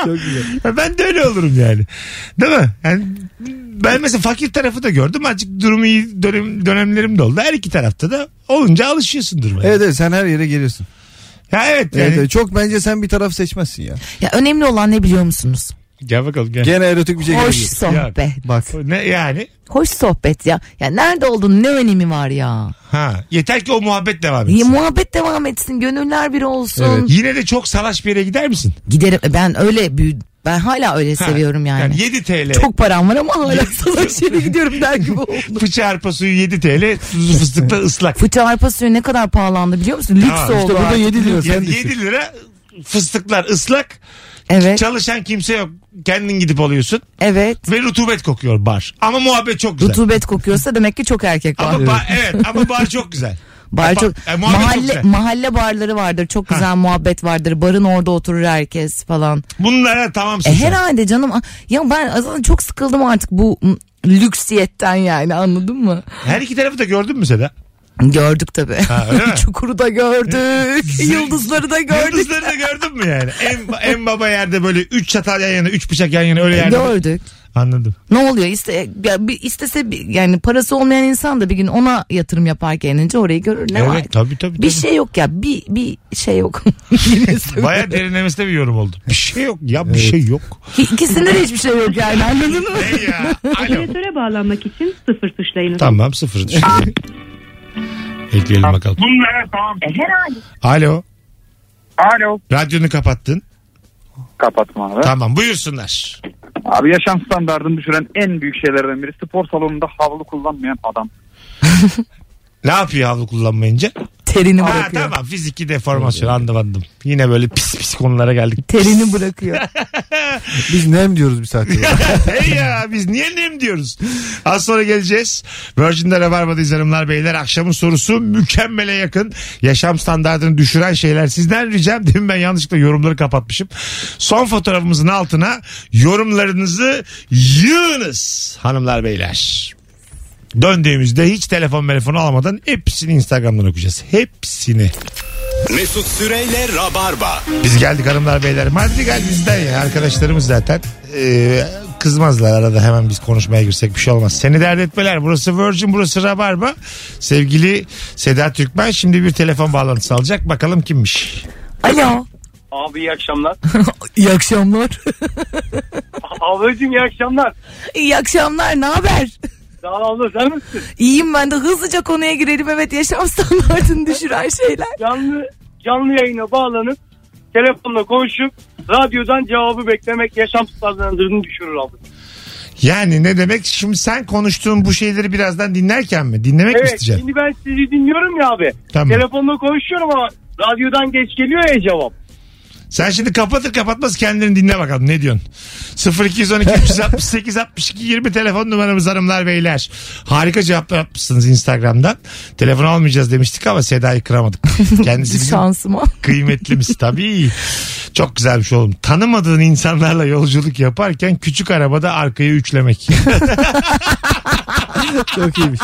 Speaker 3: Çok güzel.
Speaker 1: ben de öyle olurum yani. Değil mi? Yani ben mesela fakir tarafı da gördüm. Azıcık durumu iyi dönem, dönemlerim de oldu. Her iki tarafta da olunca alışıyorsun duruma.
Speaker 3: Evet evet sen her yere geliyorsun.
Speaker 1: Ya evet yani.
Speaker 3: Evet, evet, çok bence sen bir taraf seçmezsin ya.
Speaker 2: Ya önemli olan ne biliyor musunuz?
Speaker 1: Gel bakalım gel.
Speaker 3: Gene erotik bir şey
Speaker 2: Hoş
Speaker 3: geliyor.
Speaker 2: sohbet.
Speaker 3: Bak.
Speaker 1: Ne yani?
Speaker 2: Hoş sohbet ya. Ya nerede oldun ne önemi var ya?
Speaker 1: Ha. Yeter ki o muhabbet devam
Speaker 2: Ya
Speaker 1: etsin.
Speaker 2: muhabbet devam etsin, gönüller bir olsun.
Speaker 1: Yine de çok salaş bir yere gider misin?
Speaker 2: Giderim E, ben öyle büyü ben hala öyle seviyorum yani.
Speaker 1: Yani 7 TL.
Speaker 2: Çok param var ama hala salak yere gidiyorum der gibi oldu.
Speaker 1: Fıçı arpa suyu 7 TL. Tuzlu fıstıkla ıslak.
Speaker 2: Fıçı arpa suyu ne kadar pahalandı biliyor musun? Lüks
Speaker 1: Tamam.
Speaker 2: oldu.
Speaker 3: İşte burada
Speaker 2: artık.
Speaker 3: 7 lira sen
Speaker 1: Yani
Speaker 3: düşün.
Speaker 1: 7 lira fıstıklar ıslak.
Speaker 2: Evet.
Speaker 1: Çalışan kimse yok. Kendin gidip alıyorsun.
Speaker 2: Evet.
Speaker 1: Ve rutubet kokuyor bar. Ama muhabbet çok güzel.
Speaker 2: Rutubet kokuyorsa demek ki çok erkek var.
Speaker 1: Ama bar, evet ama bar çok güzel.
Speaker 2: Bar
Speaker 1: Apa-
Speaker 2: çok,
Speaker 1: e, muhabbet çok
Speaker 2: mahalle,
Speaker 1: güzel.
Speaker 2: mahalle barları vardır. Çok güzel muhabbet vardır. Barın orada oturur herkes falan.
Speaker 1: Bunlara tamamsın.
Speaker 2: E,
Speaker 1: sen.
Speaker 2: herhalde canım. a- Ya ben aslında çok sıkıldım artık bu m, lüksiyetten yani anladın mı?
Speaker 1: Her iki tarafı da gördün mü Seda?
Speaker 2: Gördük tabii.
Speaker 1: Ha, öyle mi?
Speaker 2: Çukuru da gördük. Yıldızları da gördük.
Speaker 1: Yıldızları da gördün mü yani? En, en baba yerde böyle 3 çatal yan yana, 3 bıçak yan yana
Speaker 2: E,
Speaker 1: öyle yerde.
Speaker 2: Gördük.
Speaker 1: Anladım.
Speaker 2: Ne oluyor? İste, ya bir istese bir- yani parası olmayan insan da bir gün ona yatırım yaparken enince orayı görür. Ne
Speaker 1: evet
Speaker 2: var?
Speaker 1: tabii tabii.
Speaker 2: Bir
Speaker 1: tabii.
Speaker 2: şey yok ya. Bir bir şey yok.
Speaker 1: Baya derinlemesine bir yorum oldu. Bir şey yok ya bir şey yok.
Speaker 2: İ- İkisinde de hiçbir şey yok yani anladın mı?
Speaker 1: Ne ya? Alo.
Speaker 9: Operatöre bağlanmak için sıfır tuşlayınız.
Speaker 1: Tamam sıfır düştü. Ekleyelim bakalım.
Speaker 5: Ah.
Speaker 14: E,
Speaker 10: Bunlara tamam.
Speaker 1: Alo.
Speaker 13: Alo.
Speaker 1: Radyonu kapattın.
Speaker 13: Kapatma abi.
Speaker 1: Tamam buyursunlar.
Speaker 13: Abi yaşam standartını düşüren en büyük şeylerden biri spor salonunda havlu kullanmayan adam.
Speaker 1: Ne yapıyor havlu kullanmayınca?
Speaker 2: Terini
Speaker 1: Ha,
Speaker 2: bırakıyor.
Speaker 1: tamam fiziki deformasyon anladım anladım. Yine böyle pis pis konulara geldik.
Speaker 2: Terini bırakıyor.
Speaker 3: Biz nem diyoruz bir saattir.
Speaker 1: hey ya biz niye nem diyoruz? Az sonra geleceğiz. Virgin'de Rabarba'dayız hanımlar beyler. Akşamın sorusu mükemmele yakın. Yaşam standartını düşüren şeyler. Sizden ricam demin ben yanlışlıkla yorumları kapatmışım. Son fotoğrafımızın altına yorumlarınızı yığınız hanımlar beyler. Döndüğümüzde hiç telefon telefonu almadan hepsini Instagram'dan okuyacağız. Hepsini.
Speaker 8: Mesut Süreyle Rabarba.
Speaker 1: Biz geldik hanımlar beyler. Madrigal bizden ya arkadaşlarımız zaten. Ee, kızmazlar arada hemen biz konuşmaya girsek bir şey olmaz. Seni dert etmeler. Burası Virgin, burası Rabarba. Sevgili Seda Türkmen şimdi bir telefon bağlantısı alacak. Bakalım kimmiş?
Speaker 2: Alo.
Speaker 14: Abi iyi akşamlar.
Speaker 2: İyi akşamlar.
Speaker 14: Ablacığım iyi akşamlar.
Speaker 2: İyi akşamlar. Ne haber?
Speaker 14: Sağ olun sen misin?
Speaker 2: İyiyim ben de hızlıca konuya girelim. Evet yaşam standartını düşüren şeyler.
Speaker 14: Canlı, canlı yayına bağlanıp telefonla konuşup radyodan cevabı beklemek yaşam standartını düşürür abi.
Speaker 1: Yani ne demek? Şimdi sen konuştuğun bu şeyleri birazdan dinlerken mi? Dinlemek mi
Speaker 14: evet
Speaker 1: isteyeceksin?
Speaker 14: şimdi ben sizi dinliyorum ya abi.
Speaker 1: Tamam.
Speaker 14: Telefonla konuşuyorum ama radyodan geç geliyor ya cevap.
Speaker 1: Sen şimdi kapatır kapatmaz kendini dinle bakalım ne diyorsun. 0212 368 62 20 telefon numaramız hanımlar beyler. Harika cevaplar atmışsınız Instagram'dan. Telefon almayacağız demiştik ama Seda'yı kıramadık. Kendisi bizim
Speaker 2: Şansıma.
Speaker 1: kıymetlimiz tabii. Çok güzelmiş oğlum. Tanımadığın insanlarla yolculuk yaparken küçük arabada arkaya üçlemek.
Speaker 3: Çok iyiymiş.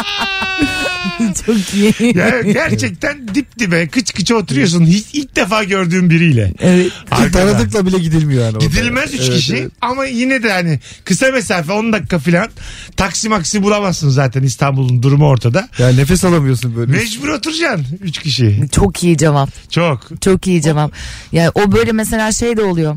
Speaker 2: Çok iyi.
Speaker 1: Ya gerçekten dip dibe kıç kıça oturuyorsun. Hiç, ilk defa gördüğüm biriyle. Evet.
Speaker 3: Tanıdıkla bile gidilmiyor yani. orada.
Speaker 1: Gidilmez üç
Speaker 3: Evet,
Speaker 1: kişi
Speaker 3: evet.
Speaker 1: ama yine de hani kısa mesafe 10 dakika falan taksi maksi bulamazsın zaten İstanbul'un durumu ortada.
Speaker 3: Ya nefes alamıyorsun böyle.
Speaker 1: Mecbur oturacaksın 3 kişi.
Speaker 2: Çok iyi cevap.
Speaker 1: Çok.
Speaker 2: Çok iyi cevap. Yani o böyle mesela şey de oluyor.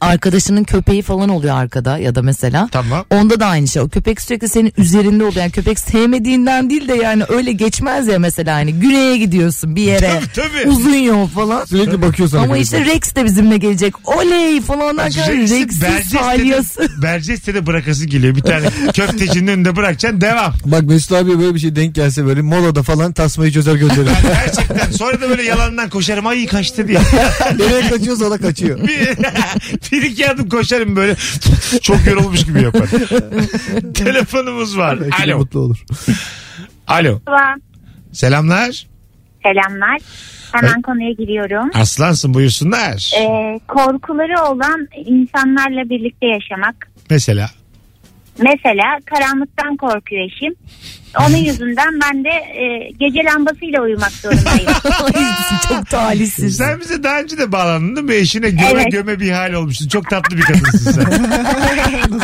Speaker 2: Arkadaşının köpeği falan oluyor arkada ya da mesela.
Speaker 1: Tamam.
Speaker 2: Onda da aynı şey. O köpek sürekli senin üzerinde oluyor. Yani köpek sevmediğinden değil de yani öyle geçmez ya mesela hani güneye gidiyorsun bir yere.
Speaker 1: Tabii, tabii.
Speaker 2: Uzun yol falan.
Speaker 3: Sürekli bakıyor sana.
Speaker 2: Ama
Speaker 3: böyle.
Speaker 2: işte Rex de bizimle gelecek. Oley falan derken
Speaker 1: Rex'i
Speaker 2: Rex'in salyası.
Speaker 1: Berceste'de, Berceste'de bırakası geliyor. Bir tane köftecinin önünde bırakacaksın devam.
Speaker 3: Bak Mesut abi böyle bir şey denk gelse böyle molada falan tasmayı çözer gönderir.
Speaker 1: Gerçekten sonra da böyle yalandan koşarım ay kaçtı diye.
Speaker 3: Nereye kaçıyorsa ona kaçıyor.
Speaker 1: bir, bir iki adım koşarım böyle çok yorulmuş gibi yapar. Telefonumuz var.
Speaker 3: Belki de
Speaker 1: Alo.
Speaker 3: mutlu olur.
Speaker 1: Alo. Selamlar.
Speaker 15: Selamlar. Hemen
Speaker 1: Evet.
Speaker 15: konuya giriyorum.
Speaker 1: Aslansın buyursunlar.
Speaker 15: Ee, korkuları olan insanlarla birlikte yaşamak.
Speaker 1: Mesela.
Speaker 15: Mesela karanlıktan korkuyor eşim. Onun yüzünden ben de e, gece lambasıyla uyumak zorundayım.
Speaker 2: Çok talihsiz.
Speaker 1: Sen bize daha önce de bağlandın değil mi? Eşine göme
Speaker 15: Evet.
Speaker 1: göme bir hal olmuşsun. Çok tatlı bir kadınsın sen.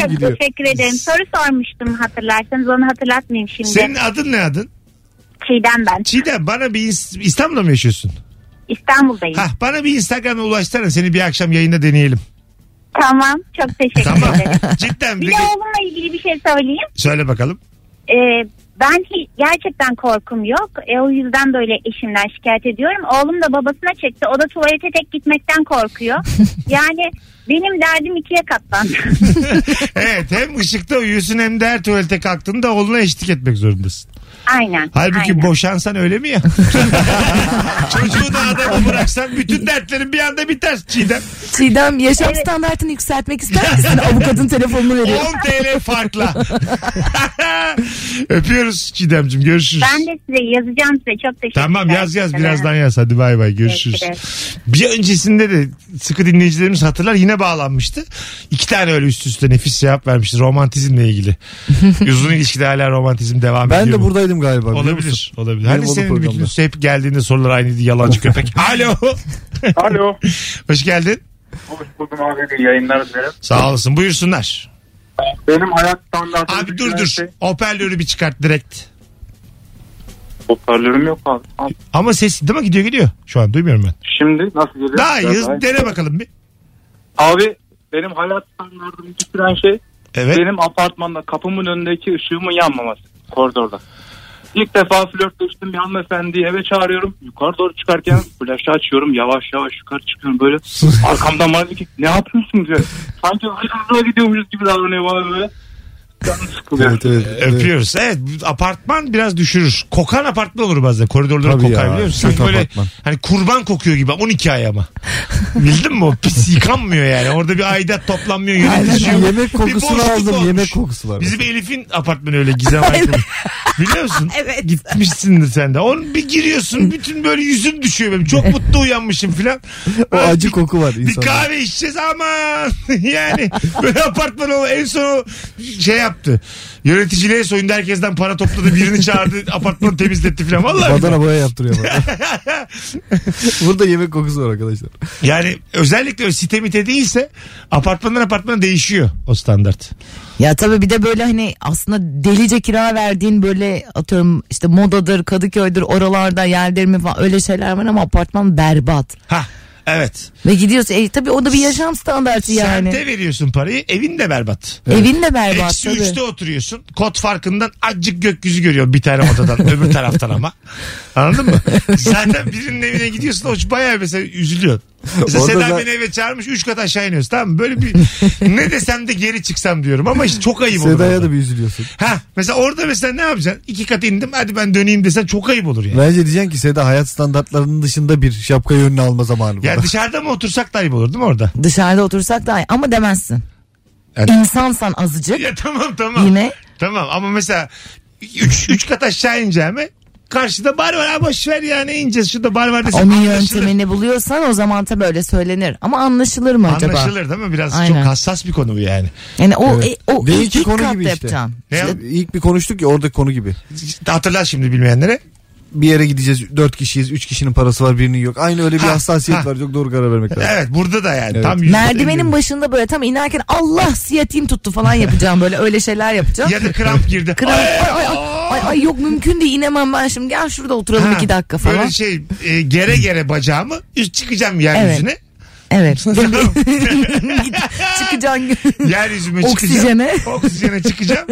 Speaker 15: Çok
Speaker 3: gidiyor?
Speaker 15: teşekkür ederim. Soru sormuştum hatırlarsanız onu hatırlatmayayım şimdi.
Speaker 1: Senin adın ne adın?
Speaker 15: Çiğdem ben.
Speaker 1: Çiğdem bana bir İs- İstanbul'da mı yaşıyorsun?
Speaker 15: İstanbul'dayım.
Speaker 1: Hah, bana bir Instagram'a ulaşsana seni bir akşam yayında deneyelim.
Speaker 15: Tamam çok teşekkür
Speaker 1: Tamam.
Speaker 15: ederim.
Speaker 1: Cidden
Speaker 15: Bir
Speaker 1: bir
Speaker 15: de oğlumla ilgili bir şey söyleyeyim.
Speaker 1: söyle bakalım.
Speaker 15: Ee, ben hi- gerçekten korkum yok. E, o yüzden böyle eşimden şikayet ediyorum. Oğlum da babasına çekti. O da tuvalete tek gitmekten korkuyor. yani benim derdim ikiye katlandı.
Speaker 1: Evet hem ışıkta uyuyorsun hem de her tuvalete kalktığında oğluna eşlik etmek zorundasın.
Speaker 15: aynen.
Speaker 1: Halbuki
Speaker 15: aynen.
Speaker 1: boşansan öyle mi ya? Çocuğu da adamı bıraksan bütün dertlerin bir anda biter Çiğdem.
Speaker 2: Çiğdem yaşam standartını yükseltmek ister misin? Avukatın telefonunu veriyor.
Speaker 1: 10 TL farkla. Öpüyoruz Çiğdem'cim görüşürüz.
Speaker 15: Ben de size yazacağım size. Çok teşekkür
Speaker 1: Tamam yaz yaz birazdan yaz hadi bay bay görüşürüz.
Speaker 15: Görüşürüz.
Speaker 1: Bir öncesinde de sıkı dinleyicilerimiz hatırlar yine bağlanmıştı. İki tane öyle üst üste nefis cevap vermişti romantizmle ilgili. Uzun ilişkide hala romantizm devam ediyor.
Speaker 3: Ben de
Speaker 1: mu?
Speaker 3: buradaydım galiba. biliyor musun?
Speaker 1: Olabilir. Olabilir.
Speaker 3: Benim
Speaker 1: Hani
Speaker 3: oldu
Speaker 1: senin bütün
Speaker 3: programda.
Speaker 1: üstü hep geldiğinde sorular aynıydı yalancı köpek. Alo.
Speaker 11: Alo.
Speaker 1: Hoş geldin.
Speaker 11: Hoş buldum abi. İyi yayınlar dilerim.
Speaker 1: Sağ olasın buyursunlar.
Speaker 11: Benim hayat standartım. şey,
Speaker 1: Abi dur dur. Hoparlörü bir çıkart direkt.
Speaker 11: Hoparlörüm yok abi. Abi
Speaker 1: Ama ses değil mi gidiyor gidiyor. Şu an duymuyorum ben.
Speaker 11: Şimdi nasıl geliyor?
Speaker 1: Daha iyi
Speaker 11: Biraz
Speaker 1: hız- dene bakalım bir.
Speaker 11: Abi benim hayat standartımı düşüren şey
Speaker 1: Evet.
Speaker 11: benim apartmanda kapımın önündeki ışığımın yanmaması koridorda. İlk defa flörtleştim bir hanımefendiyi eve çağırıyorum. Yukarı doğru çıkarken flaşı açıyorum. Yavaş yavaş yukarı çıkıyorum böyle. Arkamdan bana diyor ki ne yapıyorsun diyor. Sanki hırsızlığa gidiyormuşuz gibi davranıyor bana böyle. Canım sıkılıyor.
Speaker 3: Evet, evet, evet.
Speaker 1: Öpüyoruz. Evet. bu apartman biraz düşürür. Kokan apartman olur bazen. Koridorları
Speaker 3: Tabii
Speaker 1: kokar
Speaker 3: ya,
Speaker 1: biliyor musun? Sanki
Speaker 3: kötü
Speaker 1: böyle
Speaker 3: apartman.
Speaker 1: hani kurban kokuyor gibi 12 ay ama. Bildin mi o? Pis yıkanmıyor yani. Orada bir aidat toplanmıyor. Yönetici yok.
Speaker 3: yemek kokusunu
Speaker 1: boşluk
Speaker 3: aldım.
Speaker 1: olmuş.
Speaker 3: Yemek kokusu var.
Speaker 1: Bizim Elif'in apartmanı öyle Gizem Aykın. Biliyor musun?
Speaker 2: Evet.
Speaker 1: Gitmişsindir sen de. Onun bir giriyorsun bütün böyle yüzüm düşüyor benim. Çok mutlu uyanmışım filan.
Speaker 3: O
Speaker 1: Öyle
Speaker 3: acı
Speaker 1: bir-
Speaker 3: koku var
Speaker 1: bir
Speaker 3: insanda.
Speaker 1: kahve içeceğiz aman yani böyle apartman o en son o şey yaptı Yöneticiliğe soyundu herkesten para topladı. Birini çağırdı apartmanı temizletti falan. Vallahi
Speaker 3: Badana boya yaptırıyor bana. Burada yemek kokusu var arkadaşlar.
Speaker 1: Yani özellikle sitemite değilse apartmandan apartmana değişiyor o standart.
Speaker 2: Ya tabii bir de böyle hani aslında delice kira verdiğin böyle atıyorum işte modadır, Kadıköy'dür, oralarda yerdir mi falan öyle şeyler var ama apartman berbat.
Speaker 1: Ha evet.
Speaker 2: Ve gidiyorsun e, tabii o da bir yaşam standartı yani.
Speaker 1: Semte veriyorsun parayı evin de berbat.
Speaker 2: Evin de
Speaker 3: E,
Speaker 2: berbat
Speaker 1: Eksi
Speaker 2: tabii.
Speaker 1: üçte oturuyorsun. Kot farkından acık gökyüzü görüyor bir tane odadan öbür taraftan ama. Anladın mı? Zaten birinin evine gidiyorsun o bayağı mesela üzülüyor. Mesela
Speaker 3: Orada
Speaker 1: Seda
Speaker 3: da-
Speaker 1: beni eve çağırmış üç kat aşağı iniyoruz tamam mı? Böyle bir ne desem de geri çıksam diyorum ama işte çok ayıp olur.
Speaker 3: Seda'ya
Speaker 1: orada.
Speaker 3: da bir üzülüyorsun.
Speaker 1: Ha mesela orada mesela ne yapacaksın? İki kat indim hadi ben döneyim desen çok ayıp olur yani.
Speaker 3: Bence diyeceksin ki Seda hayat standartlarının dışında bir şapkayı önüne alma zamanı. burada.
Speaker 1: Ya dışarıda mı otursak da ayıp olur değil mi orada?
Speaker 2: Dışarıda otursak da ama demezsin.
Speaker 1: Yani-
Speaker 2: İnsansan azıcık.
Speaker 1: Ya tamam tamam.
Speaker 2: Yine?
Speaker 1: Tamam ama mesela 3 kat aşağı ineceğime karşıda bar var ha boş ver ya ne ineceğiz şurada bar var desem
Speaker 2: Onun
Speaker 1: anlaşılır.
Speaker 2: yöntemini buluyorsan o zaman tabii öyle söylenir. Ama anlaşılır mı acaba?
Speaker 1: Anlaşılır değil mi? Biraz
Speaker 2: Aynen.
Speaker 1: çok hassas bir konu bu yani.
Speaker 2: Yani o,
Speaker 3: Evet.
Speaker 2: e, o
Speaker 3: Ve
Speaker 2: ilk,
Speaker 3: iki
Speaker 2: ilk
Speaker 3: konu
Speaker 2: katta
Speaker 3: gibi işte.
Speaker 2: yapacaksın.
Speaker 1: Ne?
Speaker 3: İşte ilk bir konuştuk ya oradaki konu gibi.
Speaker 1: Hatırlar şimdi bilmeyenlere.
Speaker 3: Bir yere gideceğiz dört kişiyiz üç kişinin parası var birinin yok. Aynı öyle bir
Speaker 1: Ha,
Speaker 3: hassasiyet
Speaker 1: ha.
Speaker 3: var çok doğru karar vermek lazım.
Speaker 1: Evet burada da yani
Speaker 3: Evet.
Speaker 1: tam yüzde
Speaker 2: Merdivenin başında böyle tam inerken Allah siyatim tuttu falan yapacağım böyle öyle şeyler yapacağım.
Speaker 1: ya da kramp girdi.
Speaker 2: Kral, ay, ay, ay, ay, ay, yok mümkün değil inemem ben şimdi gel şurada oturalım
Speaker 1: Ha,
Speaker 2: iki dakika falan.
Speaker 1: Böyle şey e, gere gere bacağımı üst çıkacağım yeryüzüne.
Speaker 2: Evet.
Speaker 1: Tamam.
Speaker 2: Çıkacaksın.
Speaker 1: yeryüzüme çıkacağım.
Speaker 2: Oksijene.
Speaker 1: Oksijene çıkacağım.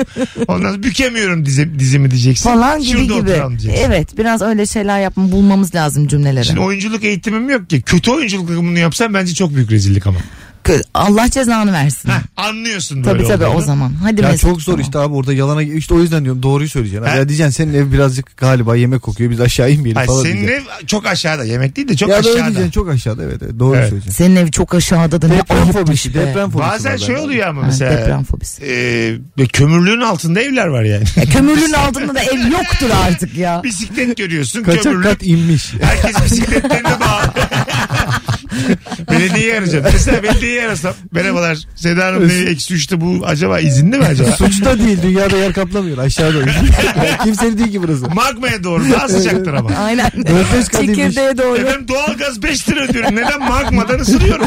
Speaker 1: Ondan sonra bükemiyorum dizi, dizimi diyeceksin.
Speaker 2: falan gibi
Speaker 1: Şurada
Speaker 2: gibi.
Speaker 1: oturalım diyeceksin.
Speaker 2: Evet biraz öyle şeyler yapma bulmamız lazım cümlelere.
Speaker 1: Şimdi oyunculuk eğitimim yok ki. Kötü oyunculuk bunu yapsam bence çok büyük rezillik ama.
Speaker 2: Kı- Allah cezanı versin.
Speaker 1: Heh, anlıyorsun böyle
Speaker 2: tabii tabii o
Speaker 1: olduğunu.
Speaker 2: zaman. Hadi
Speaker 3: Ya
Speaker 2: Mesut,
Speaker 3: çok zor
Speaker 2: tamam.
Speaker 3: işte abi orada yalana işte o yüzden diyorum doğruyu söyleyeceksin.
Speaker 1: Ha?
Speaker 3: Ya diyeceksin senin ev birazcık galiba yemek kokuyor biz aşağı inmeyelim
Speaker 1: Ay,
Speaker 3: falan
Speaker 1: senin
Speaker 3: diyeceksin.
Speaker 1: ev çok aşağıda. Yemek değil de çok
Speaker 3: ya da öyle
Speaker 1: aşağıda.
Speaker 3: diyeceksin çok aşağıda evet, evet doğru
Speaker 1: Evet.
Speaker 3: söyleyeceksin.
Speaker 2: Senin ev çok aşağıda da ne
Speaker 3: Deprem fobisi
Speaker 2: ayıpmış be.
Speaker 3: deprem fobisi.
Speaker 1: Bazen
Speaker 3: var
Speaker 1: şey
Speaker 3: bende.
Speaker 1: oluyor ama
Speaker 2: Ha,
Speaker 1: mesela.
Speaker 2: deprem fobisi.
Speaker 1: e, kömürlüğün altında evler var yani.
Speaker 2: Kömürlüğün altında da ev yoktur artık ya.
Speaker 1: Bisiklet görüyorsun
Speaker 3: Kaçak
Speaker 1: kömürlük.
Speaker 3: kat inmiş.
Speaker 1: Herkes bisikletlerine bağlı. belediyeyi arayacağım. Mesela belediyeyi arasam. Merhabalar Seda Hanım evi eksi üçte bu acaba izinli mi acaba?
Speaker 3: Suç da değil dünyada yer kaplamıyor aşağıda. Kimsenin değil ki burası.
Speaker 1: Magmaya doğru daha sıcaktır ama.
Speaker 2: Aynen.
Speaker 3: Nefes kadıymış.
Speaker 2: Çekirdeğe doğru.
Speaker 1: Efendim doğalgaz 5 lira ödüyorum. Neden magmadan ısınıyorum?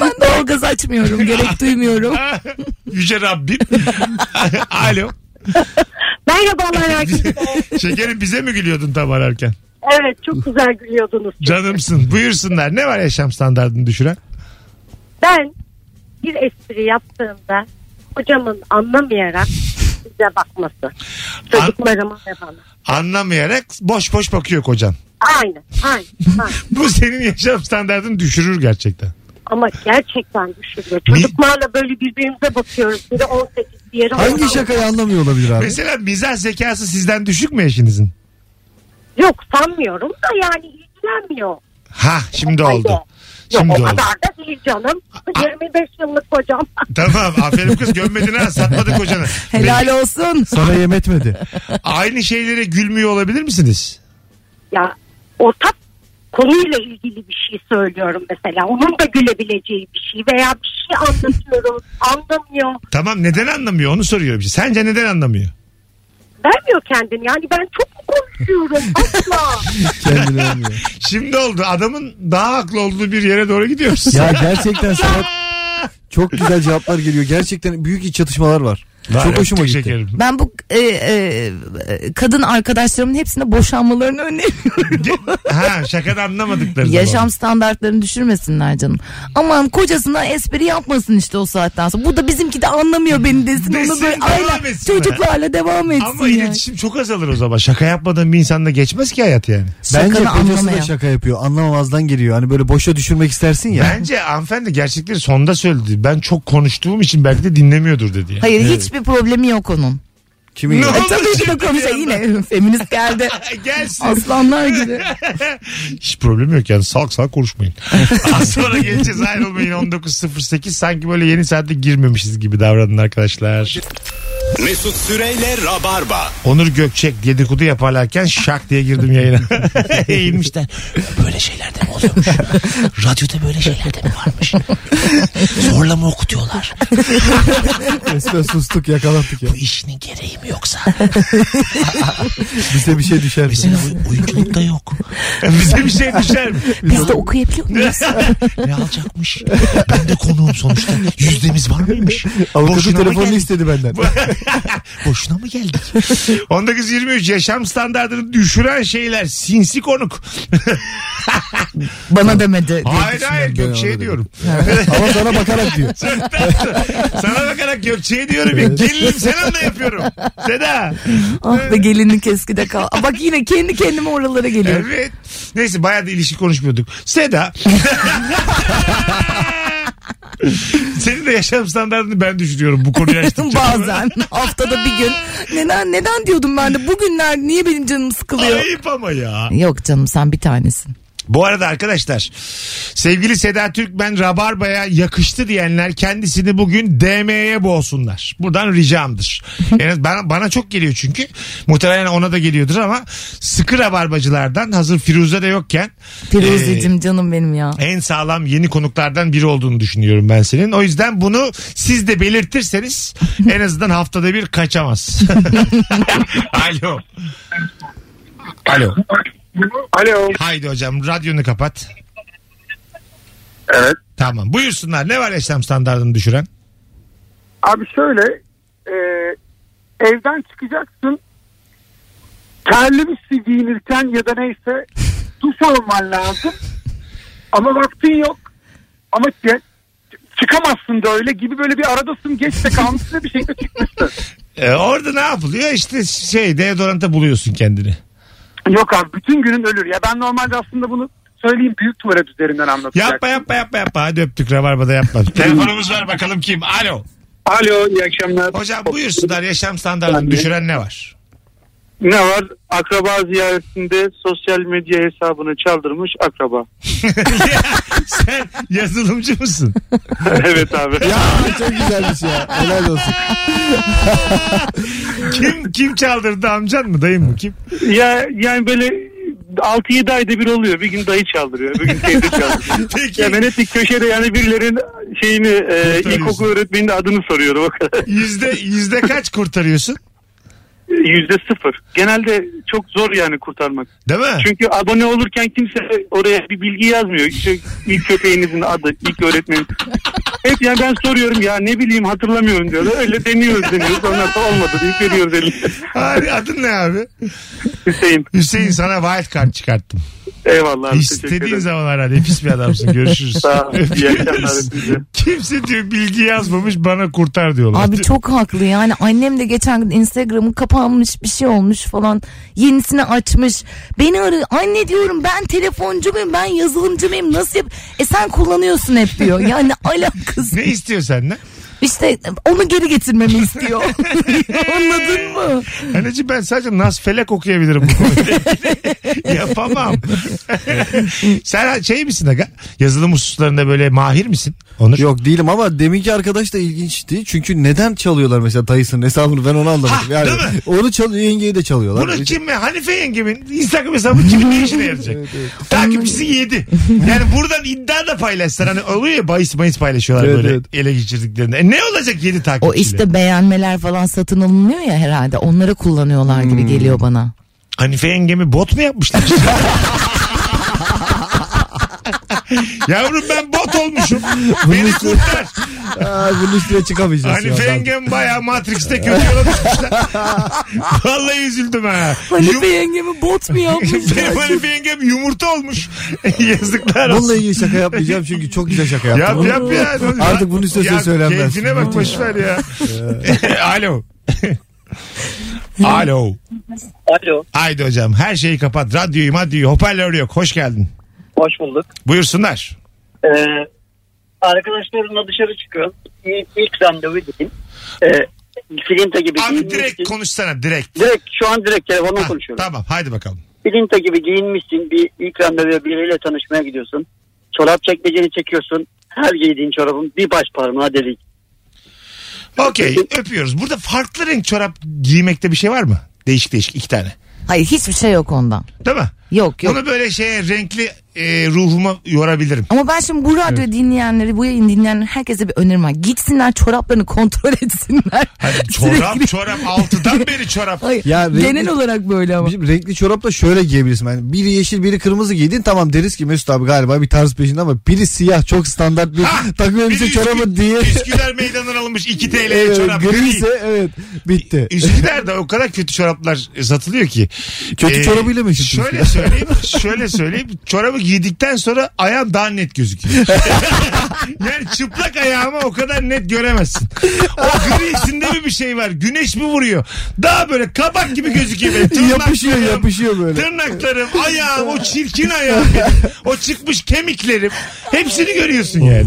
Speaker 2: Ben doğalgaz açmıyorum. Gerek duymuyorum.
Speaker 1: Yüce Rabbim. Alo.
Speaker 4: Merhabalar herkese.
Speaker 1: Şekerim bize mi gülüyordun tam ararken?
Speaker 4: evet çok güzel gülüyordunuz.
Speaker 1: Canımsın. Buyursunlar. Ne var yaşam standartını düşüren?
Speaker 4: Ben bir espri yaptığımda hocamın anlamayarak bize bakması. Çocuklarıma ve bana.
Speaker 1: Anlamayarak boş boş bakıyor kocan.
Speaker 4: Aynen, aynen, aynen.
Speaker 1: Bu senin yaşam standartını düşürür gerçekten.
Speaker 4: Ama gerçekten düşürüyor. Çocuklarla böyle birbirimize bakıyoruz. Biri 18, diğeri 16.
Speaker 3: Hangi şakayı anlamıyor olabilir abi?
Speaker 1: Mesela mizah zekası sizden düşük mü eşinizin?
Speaker 4: Yok sanmıyorum da yani ilgilenmiyor.
Speaker 1: Ha şimdi oldu.
Speaker 4: Yok,
Speaker 1: Şimdi
Speaker 4: o
Speaker 1: oldu.
Speaker 4: kadar da değil canım. 25 yıllık hocam.
Speaker 1: Tamam aferin kız gömmedin ha satmadı kocanı.
Speaker 2: Helal olsun.
Speaker 3: Sana yem etmedi.
Speaker 1: Aynı şeylere gülmüyor olabilir misiniz?
Speaker 4: ya ortak konuyla ilgili bir şey söylüyorum mesela. Onun da gülebileceği bir şey veya bir şey anlatıyorum. anlamıyor.
Speaker 1: Tamam neden anlamıyor onu soruyor. bir. Sence neden anlamıyor?
Speaker 4: Vermiyor kendini. Yani ben çok mu konuşuyorum? Asla.
Speaker 3: Kendini övmüyor.
Speaker 1: Şimdi oldu adamın daha haklı olduğu bir yere doğru gidiyoruz.
Speaker 3: Ya gerçekten sana çok güzel cevaplar geliyor. Gerçekten büyük iç çatışmalar var. çok hoşuma gitti.
Speaker 1: Şekerim.
Speaker 2: Ben bu e, e, e, kadın arkadaşlarımın hepsine boşanmalarını öneriyorum.
Speaker 1: Ha şakada anlamadıkları zaman.
Speaker 2: Yaşam standartlarını düşürmesinler canım. Aman kocasına espri yapmasın işte o saatten sonra. Bu da bizimki de anlamıyor beni desin. Ona
Speaker 1: Desin,
Speaker 2: böyle
Speaker 1: devam
Speaker 2: aynen
Speaker 1: etsin.
Speaker 2: çocuklarla devam etsin.
Speaker 1: Ama
Speaker 2: yani.
Speaker 1: iletişim çok azalır o zaman. Şaka yapmadığın bir insanda geçmez ki hayat yani.
Speaker 3: Bence
Speaker 2: Şakanı
Speaker 3: kocası da
Speaker 2: anlamaya.
Speaker 3: şaka yapıyor. Anlamamazdan geliyor. Hani böyle boşa düşürmek istersin ya.
Speaker 1: Bence hanımefendi gerçekleri sonda söyledi. Ben çok konuştuğum için belki de dinlemiyordur dedi. Yani.
Speaker 2: Hayır hiçbir problemi yok onun.
Speaker 3: Kimin
Speaker 1: Ne
Speaker 3: ya?
Speaker 2: E,
Speaker 1: oldu
Speaker 2: tabii ki
Speaker 1: şimdi
Speaker 2: de konuşa
Speaker 1: bir anda?
Speaker 2: yine feminist geldi.
Speaker 1: E, Gelsin.
Speaker 2: Aslanlar gibi.
Speaker 1: Hiç problem yok yani salak salak konuşmayın. Az sonra geleceğiz ayrılmayın 19.08 sanki böyle yeni saatte girmemişiz gibi davranın arkadaşlar.
Speaker 8: Mesut Süreyle Rabarba.
Speaker 1: Onur Gökçek dedikodu yaparlarken şak diye girdim yayına. Eğilmişler. Böyle şeyler de mi oluyormuş? Radyoda böyle şeyler de mi varmış? Zorla mı okutuyorlar?
Speaker 3: Resmen sustuk yakalattık ya.
Speaker 1: Bu işinin gereği mi yoksa?
Speaker 3: Bize bir şey düşer. mi?
Speaker 1: Mesela oy- oyunculuk da yok. Bize bir şey düşer mi?
Speaker 2: Biz de okuyabiliyor muyuz?
Speaker 1: ne alacakmış? Ben de konuğum sonuçta. Yüzdemiz var mıymış?
Speaker 3: Avukatın
Speaker 1: Boşuna mı
Speaker 3: telefonunu
Speaker 1: geldik?
Speaker 3: istedi benden.
Speaker 1: Boşuna mı geldik? 19-23 yaşam standartını düşüren şeyler sinsi konuk.
Speaker 2: Bana demedi. diye
Speaker 1: hayır
Speaker 2: düşünüyorum.
Speaker 1: hayır Gökçe'ye diyorum.
Speaker 3: Ama sana bakarak diyor.
Speaker 1: Sana bakarak Gökçe'ye diyorum ya. Gelinim selam da yapıyorum. Seda.
Speaker 2: Ah be gelinlik eskide kal. Aa, bak yine kendi kendime oralara geliyorum.
Speaker 1: Evet. Neyse bayağı da ilişki konuşmuyorduk. Seda. Senin de yaşam standartını ben düşünüyorum bu konuyu açtıkça.
Speaker 2: Bazen haftada bir gün. Neden neden diyordum ben de bugünler niye benim canım sıkılıyor?
Speaker 1: Ayıp ama ya.
Speaker 2: Yok canım sen bir tanesin.
Speaker 1: Bu arada arkadaşlar sevgili Seda Türkmen Rabarba'ya yakıştı diyenler kendisini bugün DM'ye boğsunlar. Buradan ricamdır. yani bana, bana çok geliyor çünkü. Muhtemelen ona da geliyordur ama sıkı Rabarbacılardan hazır Firuze de yokken
Speaker 2: Firuzeciğim canım benim ya.
Speaker 1: en sağlam yeni konuklardan biri olduğunu düşünüyorum ben senin. O yüzden bunu siz de belirtirseniz en azından haftada bir kaçamaz. Alo. Alo.
Speaker 5: Alo.
Speaker 1: Haydi hocam radyonu kapat.
Speaker 5: Evet.
Speaker 1: Tamam. Buyursunlar. Ne var yaşam standartını düşüren?
Speaker 10: Abi şöyle e, evden çıkacaksın terli bir şey giyinirken ya da neyse duş alman lazım ama vaktin yok ama ge- çıkamazsın da öyle gibi böyle bir aradasın geç de kalmışsın bir şekilde çıkmışsın.
Speaker 1: Ee, orada ne yapılıyor? İşte şey deodoranta buluyorsun kendini.
Speaker 10: Yok abi bütün günün ölür ya ben normalde aslında bunu söyleyeyim büyük tuvalet üzerinden anlatacak.
Speaker 1: Yapma yapma yapma yapma. Hadi öptük Rabarba'da yapma. Telefonumuz var bakalım kim? Alo.
Speaker 5: Alo iyi akşamlar.
Speaker 1: Hocam buyursunlar yaşam standartını düşüren ne var?
Speaker 5: Ne var? Akraba ziyaretinde sosyal medya hesabını çaldırmış akraba.
Speaker 1: Sen yazılımcı mısın?
Speaker 5: evet abi.
Speaker 3: Ya çok güzelmiş ya. Helal olsun.
Speaker 1: Kim kim çaldırdı amcan mı dayın mı kim?
Speaker 5: Ya yani böyle 6-7 ayda bir oluyor. Bir gün dayı çaldırıyor. Bir gün teyze çaldırıyor.
Speaker 1: Peki.
Speaker 5: ya ben hep bir köşede yani birilerin şeyini e,
Speaker 1: Kurtarıyorsun.
Speaker 5: ilkokul öğretmeninin adını soruyorum o kadar.
Speaker 1: Yüzde, yüzde kaç kurtarıyorsun?
Speaker 5: Yüzde sıfır. Genelde çok zor yani kurtarmak.
Speaker 1: Değil mi?
Speaker 5: Çünkü abone olurken kimse oraya bir bilgi yazmıyor. İşte ilk köpeğinizin adı, ilk öğretmenin. Hep yani ben soruyorum ya ne bileyim hatırlamıyorum diyorlar. Öyle deniyoruz deniyoruz. Onlar da olmadı deyip veriyoruz elini.
Speaker 1: Abi, adın ne abi?
Speaker 5: Hüseyin.
Speaker 1: Hüseyin sana wild card çıkarttım.
Speaker 5: Eyvallah. abi, teşekkür
Speaker 1: İstediğin
Speaker 5: ederim.
Speaker 1: zaman ara nefis bir adamsın. Görüşürüz.
Speaker 5: Sağ ol. İyi akşamlar
Speaker 1: Öpüyoruz.
Speaker 5: hepinize.
Speaker 1: Kimse diyor bilgi yazmamış bana kurtar diyorlar.
Speaker 2: Abi çok haklı yani annem de geçen gün Instagram'ı kapanmış bir şey olmuş falan yenisini açmış beni arıyor anne diyorum ben telefoncu muyum ben yazılımcı muyum nasıl yap e sen kullanıyorsun hep diyor yani alakası
Speaker 1: Ne istiyor senden?
Speaker 2: işte onu geri getirmemi istiyor anladın mı
Speaker 1: Anneciğim ben sadece nasfelek okuyabilirim bu konuda. Yapamam. Sen şey misin aga? Yazılım hususlarında böyle mahir misin? Onur.
Speaker 3: Yok değilim ama deminki arkadaş da ilginçti. Çünkü neden çalıyorlar mesela dayısının hesabını ben onu anlamadım.
Speaker 1: Ha,
Speaker 3: yani
Speaker 1: değil mi?
Speaker 3: onu çalıyor yengeyi de çalıyorlar.
Speaker 1: Bunu kim mi? Hanife yengemin Instagram hesabı kimin ne işine yarayacak? Takipçisi 7. Yani buradan iddia da paylaşsan. Hani oluyor ya bahis bahis paylaşıyorlar
Speaker 3: Evet,
Speaker 1: böyle
Speaker 3: evet.
Speaker 1: ele geçirdiklerinde. E ne olacak 7 takipçiyle?
Speaker 2: o işte beğenmeler falan satın alınıyor ya herhalde onları kullanıyorlar gibi geliyor bana
Speaker 1: Hanife yengemi bot mu yapmışlar? Yavrum ben bot olmuşum. Beni kurtar.
Speaker 3: Aa, bunun üstüne çıkamayacağız. ya.
Speaker 1: Hanife yengem bayağı Matrix'te kötü yola düşmüşler. Vallahi üzüldüm ha.
Speaker 2: Hanife yengemi bot mu
Speaker 1: Benim Hanife yengem yumurta olmuş. Yazıklar olsun.
Speaker 3: Bununla ilgili şaka yapmayacağım çünkü çok güzel şaka
Speaker 1: Yap
Speaker 3: yaptım.
Speaker 1: yap ya.
Speaker 3: Artık bunun üstüne
Speaker 1: Ya,
Speaker 3: söylenmez.
Speaker 1: Keyfine bak boşver ya. Alo. Alo.
Speaker 7: Alo.
Speaker 1: Haydi hocam her şeyi kapat. Radyoyu madyoyu hoparlörü yok. Hoş geldin.
Speaker 7: Hoş bulduk.
Speaker 1: Buyursunlar.
Speaker 7: Ee, arkadaşlarımla dışarı çıkıyorum. İlk, ilk randevu gideyim. Ee, Filinta gibi
Speaker 1: Abi
Speaker 7: giyinmişsin.
Speaker 1: direkt konuşsana direkt.
Speaker 7: Direkt şu an direkt telefonla
Speaker 1: Ha,
Speaker 7: konuşuyorum.
Speaker 1: tamam haydi bakalım.
Speaker 7: Filinta gibi giyinmişsin. Bir ilk randevuya biriyle tanışmaya gidiyorsun. Çorap çekmeceni çekiyorsun. Her giydiğin çorabın bir baş parmağı delik.
Speaker 1: Okey öpüyoruz. Burada farklı renk çorap giymekte bir şey var mı? Değişik değişik iki tane.
Speaker 2: Hayır hiçbir şey yok ondan.
Speaker 1: Değil mi?
Speaker 2: Yok yok.
Speaker 1: Bunu böyle şeye renkli e, ruhuma yorabilirim.
Speaker 2: Ama ben şimdi bu radyo dinleyenleri, bu yayın dinleyenleri herkese bir önerim var. Gitsinler çoraplarını kontrol etsinler.
Speaker 1: Çorap çorap altıdan beri çorap.
Speaker 3: Ya renkli-
Speaker 2: Genel olarak böyle ama.
Speaker 3: Bizim renkli çorapla şöyle giyebilirsin. Yani biri yeşil biri kırmızı giydin tamam deriz ki Mesut abi galiba bir tarz peşinde ama biri siyah çok standart bir takım elbise çorabı diye.
Speaker 1: Üsküdar meydanından alınmış 2 TL'ye
Speaker 3: Evet,
Speaker 1: çorap.
Speaker 3: gri ise evet bitti.
Speaker 1: Üsküdar'da o kadar kötü çoraplar satılıyor ki. Ee,
Speaker 3: Kötü çorabıyla mı işitiyorsun
Speaker 1: Şöyle
Speaker 3: ya?
Speaker 1: söyleyeyim, şöyle söyleyeyim. Çorabı giydikten sonra ayağım daha net gözüküyor. yani çıplak ayağımı o kadar net göremezsin. O grisinde mi bir şey var? Güneş mi vuruyor? Daha böyle kabak gibi gözüküyor. Benim. Tırnaklarım,
Speaker 3: Yapışıyor, yapışıyor böyle.
Speaker 1: Tırnaklarım, ayağım, o çirkin ayağım. benim. O çıkmış kemiklerim. Hepsini görüyorsun yani.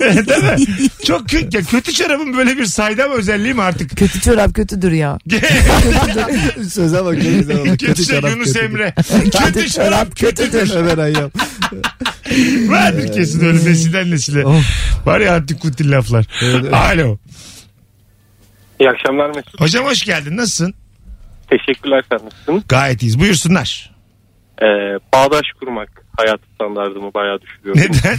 Speaker 1: Değil mi? Çok kötü. Ya kötü çorabın böyle bir saydam özelliği mi artık?
Speaker 2: Kötü çorap kötüdür ya.
Speaker 3: Söze bak ne güzel oldu.
Speaker 1: Kötü şey
Speaker 3: çorap,
Speaker 1: Yunus
Speaker 3: kötü.
Speaker 1: Emre. Kötü çorap kötüdür.
Speaker 3: Ömer Hayyam.
Speaker 1: Vardır kesin öyle nesilden nesile. Var ya antikutil laflar. Alo.
Speaker 16: İyi akşamlar Mesut.
Speaker 1: Hocam hoş geldin. Nasılsın?
Speaker 16: Teşekkürler sen nasılsın?
Speaker 1: Gayet iyiyiz. Buyursunlar.
Speaker 16: Ee, bağdaş kurmak hayat standartımı bayağı düşürüyorum.
Speaker 1: Neden?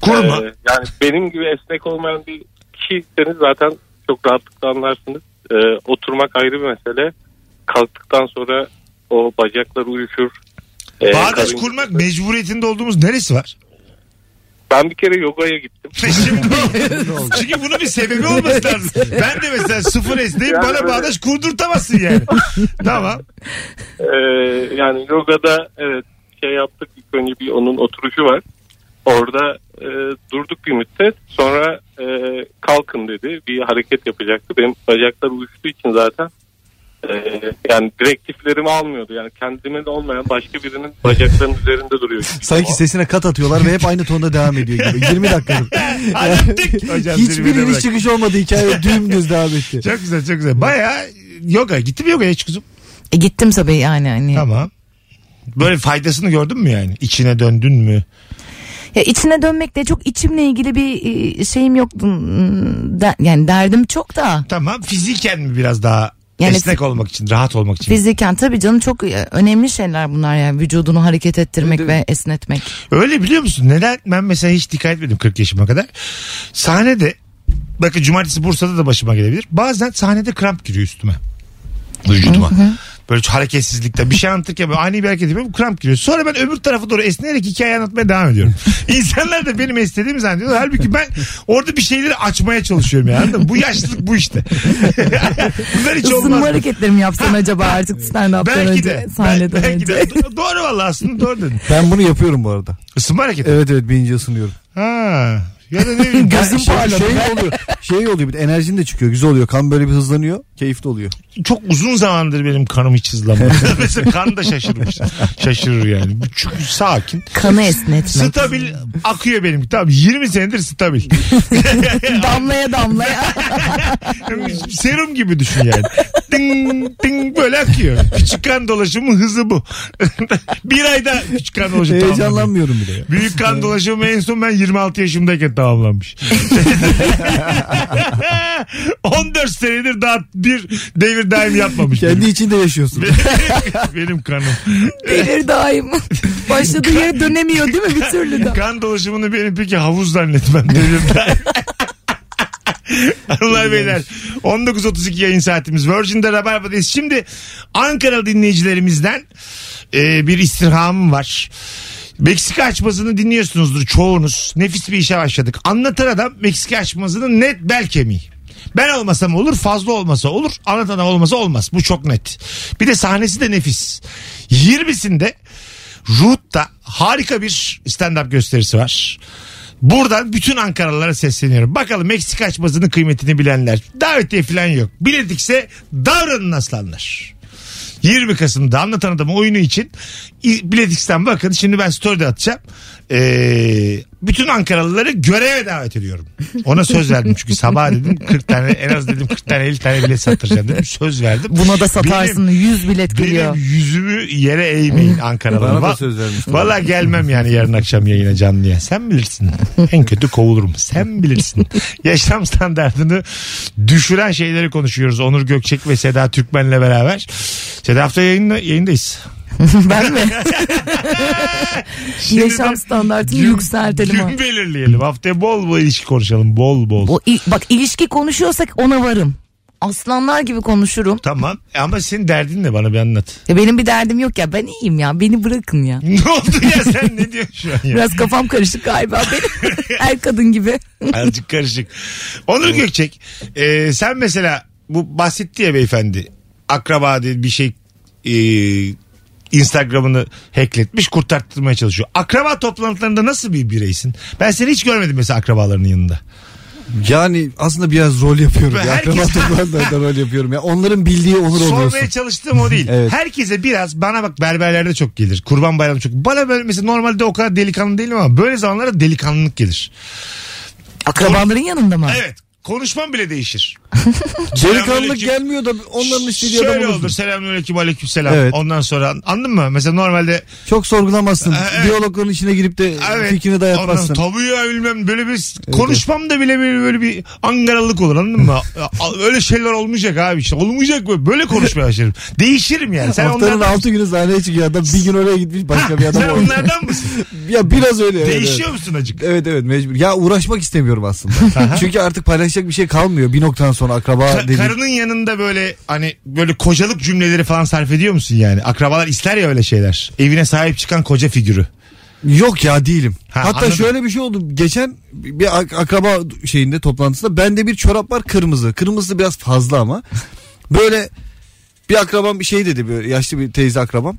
Speaker 1: Kurma.
Speaker 16: Ee, yani benim gibi esnek olmayan bir kişiyseniz zaten çok rahatlıkla anlarsınız. Ee, oturmak ayrı bir mesele. Kalktıktan sonra o bacaklar uyuşur. Ee,
Speaker 1: Bağdaş
Speaker 16: karın-
Speaker 1: kurmak mecburiyetinde olduğumuz neresi var?
Speaker 16: Ben bir kere yogaya gittim.
Speaker 1: Şimdi Çünkü bunun bir sebebi olması lazım. Ben de mesela sıfır esneyim
Speaker 16: Yani
Speaker 1: bana
Speaker 16: böyle-
Speaker 1: bağdaş kurdurtamazsın yani. tamam.
Speaker 16: Ee, yani yogada evet şey yaptık ilk önce bir onun oturuşu var. Orada e, durduk bir müddet sonra e, kalkın dedi bir hareket yapacaktı. Benim bacaklar uyuştuğu için zaten e, yani direktiflerimi almıyordu. Yani kendime de olmayan başka birinin bacaklarının üzerinde duruyor. gibi.
Speaker 3: Sanki sesine kat atıyorlar ve hep aynı tonda devam ediyor gibi. 20 dakikadır.
Speaker 1: Hocam
Speaker 3: Hiçbir
Speaker 1: zirvede
Speaker 3: iniş
Speaker 1: bırak.
Speaker 3: çıkış olmadı hikaye dümdüz devam etti.
Speaker 1: Çok güzel çok güzel. Baya yoga. Gitti mi yoga hiç kuzum?
Speaker 2: E, gittim tabii yani. Hani.
Speaker 1: Tamam. Böyle faydasını gördün mü yani? İçine döndün mü?
Speaker 2: Ya içine dönmek de çok içimle ilgili bir e, şeyim yoktu. Hmm, de- Yani derdim çok da.
Speaker 1: Tamam fiziken mi biraz daha
Speaker 2: Yani
Speaker 1: esnek olmak için, rahat olmak için?
Speaker 2: Fiziken tabii canım çok e, önemli şeyler bunlar yani vücudunu hareket ettirmek ve esnetmek.
Speaker 1: Öyle biliyor musun? Neden? Ben mesela hiç dikkat etmedim 40 yaşıma kadar. Sahnede bakın cumartesi Bursa'da da başıma gelebilir. Bazen sahnede kramp giriyor üstüme. Vücuduma. Böyle çok hareketsizlikten bir şey anlatırken böyle ani bir hareket yapıyorum kramp giriyor. Sonra ben öbür tarafa doğru esneyerek hikaye anlatmaya devam ediyorum. İnsanlar da benim esnediğimi zannediyorlar. Halbuki ben orada bir şeyleri açmaya çalışıyorum yani. anladın mı? Bu yaşlılık bu işte. Bunlar hiç
Speaker 2: Isınma
Speaker 1: olmaz.
Speaker 2: hareketleri mi yapsam acaba artık stand up'tan
Speaker 1: Belki de.
Speaker 2: önce sahneden
Speaker 1: Belki
Speaker 2: önce.
Speaker 1: de. Do- Doğru valla aslında doğru dedin.
Speaker 3: Ben bunu yapıyorum bu arada.
Speaker 1: Isınma hareketi.
Speaker 3: Evet evet birinci ısınıyorum.
Speaker 1: Ha. Ya da ne bileyim.
Speaker 3: Gözüm şey,
Speaker 1: parladı.
Speaker 3: şey oluyor. Şey oluyor bir de enerjin de çıkıyor. Güzel oluyor. Kan böyle bir hızlanıyor. Keyifli oluyor.
Speaker 1: şey- çok uzun zamandır benim kanım hiç hızlanmadı. Mesela kan da şaşırmış. Şaşırır yani. Çünkü sakin.
Speaker 2: Kanı esnetmek.
Speaker 1: Stabil akıyor benim. Tamam 20 senedir stabil.
Speaker 2: damlaya damlaya.
Speaker 1: Serum gibi düşün yani. Ding ding böyle akıyor. Küçük kan dolaşımı hızı bu. bir ayda küçük kan dolaşımı tamamlanıyor.
Speaker 3: Heyecanlanmıyorum bile. ya.
Speaker 1: Büyük kan dolaşımı en son ben 26 yaşımdayken tamamlanmış. 14 senedir daha bir devir daim yapmamış.
Speaker 3: Kendi içinde yaşıyorsun.
Speaker 1: benim kanım.
Speaker 2: Gelir daim. Başladığı yere dönemiyor değil mi bir türlü de.
Speaker 1: Kan dolaşımını benim peki havuz zannetmem. Hanımlar beyler 19.32 yayın saatimiz Virgin'de Rabarba'dayız. Şimdi Ankara dinleyicilerimizden e, bir istirhamım var. Meksika açmasını dinliyorsunuzdur çoğunuz. Nefis bir işe başladık. Anlatan adam Meksika açmasının net bel kemiği. Ben olmasam olur fazla olmasa olur anlatan adam olmasa olmaz. Bu çok net. Bir de sahnesi de nefis. 20'sinde Root'ta harika bir stand-up gösterisi var. Buradan bütün Ankaralılara sesleniyorum. Bakalım Meksika açmasının kıymetini bilenler. Davetiye falan yok. Biletikse davranın aslanlar. 20 Kasım'da anlatan adamı oyunu için i- Biletix'ten bakın. Şimdi ben story'de atacağım. Ee, bütün Ankaralıları göreve davet ediyorum. Ona söz verdim çünkü sabah dedim 40 tane en az dedim 40 tane 50 tane bilet sattıracağım dedim. Söz verdim.
Speaker 2: Buna da satarsın.
Speaker 1: Benim-
Speaker 2: 100 bilet geliyor.
Speaker 1: benim yüzümü yere eğmeyin Ankaralılar.
Speaker 3: Bana da
Speaker 1: Va-
Speaker 3: söz vermiştin.
Speaker 1: Valla gelmem yani yarın akşam yayına canlıya. Sen bilirsin. En kötü kovulurum. Sen bilirsin. Yaşam standartını düşüren şeyleri konuşuyoruz. Onur Gökçek ve Seda Türkmen'le beraber. Seda hafta yayında, yayındayız.
Speaker 2: ben mi?
Speaker 1: Şimdi
Speaker 2: Yaşam
Speaker 1: de
Speaker 2: standartını
Speaker 1: gün-
Speaker 2: yükseltelim. ha.
Speaker 1: Gün belirleyelim. Haftaya bol bol ilişki konuşalım. Bol bol.
Speaker 2: O, il- bak ilişki konuşuyorsak ona varım. Aslanlar gibi konuşurum.
Speaker 1: Tamam ama senin derdin ne bana bir anlat.
Speaker 2: Ya benim bir derdim yok ya ben iyiyim ya beni bırakın ya.
Speaker 1: Ne oldu ya sen ne diyorsun şu an ya?
Speaker 2: Biraz kafam karışık galiba benim. Her kadın gibi.
Speaker 1: Azıcık karışık. Onur Gökçek e, sen mesela bu bahsetti ya beyefendi akraba değil bir şey e, Instagram'ını hackletmiş kurtartmaya çalışıyor. Akraba toplantılarında nasıl bir bireysin? Ben seni hiç görmedim mesela akrabalarının yanında.
Speaker 3: Yani aslında biraz rol yapıyorum.
Speaker 1: Ve
Speaker 3: Ya.
Speaker 1: herkes-
Speaker 3: Akraba toplantılarında rol yapıyorum. Ya. Onların bildiği onur oluyorsun.
Speaker 1: Sormaya çalıştığım o değil.
Speaker 3: Evet.
Speaker 1: Herkese biraz bana bak berberlerde çok gelir. Kurban bayramı çok. Bana böyle mesela normalde o kadar delikanlı değilim ama böyle zamanlarda delikanlılık gelir.
Speaker 2: Akrabaların yanında mı?
Speaker 1: Evet. Konuşmam bile değişir.
Speaker 3: Delikanlılık
Speaker 1: Selamünaleyküm.
Speaker 3: gelmiyor da onların istediği adam
Speaker 1: Şöyle olur.
Speaker 3: olursun.
Speaker 1: Selamünaleyküm aleykümselam.
Speaker 3: Evet.
Speaker 1: Ondan sonra anladın mı? Mesela normalde
Speaker 3: Çok sorgulamazsın.
Speaker 1: Evet.
Speaker 3: Diyalogların içine girip de
Speaker 1: evet.
Speaker 3: Ee, fikrini
Speaker 1: Ondan,
Speaker 3: dayatmazsın.
Speaker 1: tabii ya bilmem böyle bir konuşmam da bile böyle, böyle bir angaralık olur anladın mı? A- Öyle şeyler olmayacak abi işte. Olmayacak mı? Böyle konuşmaya başlarım. Değişirim yani. Sen
Speaker 3: Haftanın
Speaker 1: onlardan,
Speaker 3: altı günü sahneye çıkıyor adam. Bir gün oraya gitmiş başka bir adam
Speaker 1: sen
Speaker 3: orada.
Speaker 1: onlardan mısın?
Speaker 3: Ya biraz öyle. evet, evet.
Speaker 1: Değişiyor musun acık?
Speaker 3: Evet evet mecbur. Ya uğraşmak istemiyorum aslında. Çünkü artık paylaşacak bir şey kalmıyor. Bir noktadan sonra akraba
Speaker 1: Ka-
Speaker 3: dedi.
Speaker 1: karının yanında böyle hani böyle kocalık cümleleri falan sarf ediyor musun yani? Akrabalar ister ya öyle şeyler. Evine sahip çıkan koca figürü.
Speaker 3: Yok ya değilim.
Speaker 1: Ha,
Speaker 3: Hatta
Speaker 1: anladım.
Speaker 3: şöyle bir şey oldu. Geçen bir ak- akraba şeyinde toplantısında bende bir çorap var kırmızı. Kırmızı biraz fazla ama. Böyle bir akrabam bir şey dedi böyle yaşlı bir teyze akrabam.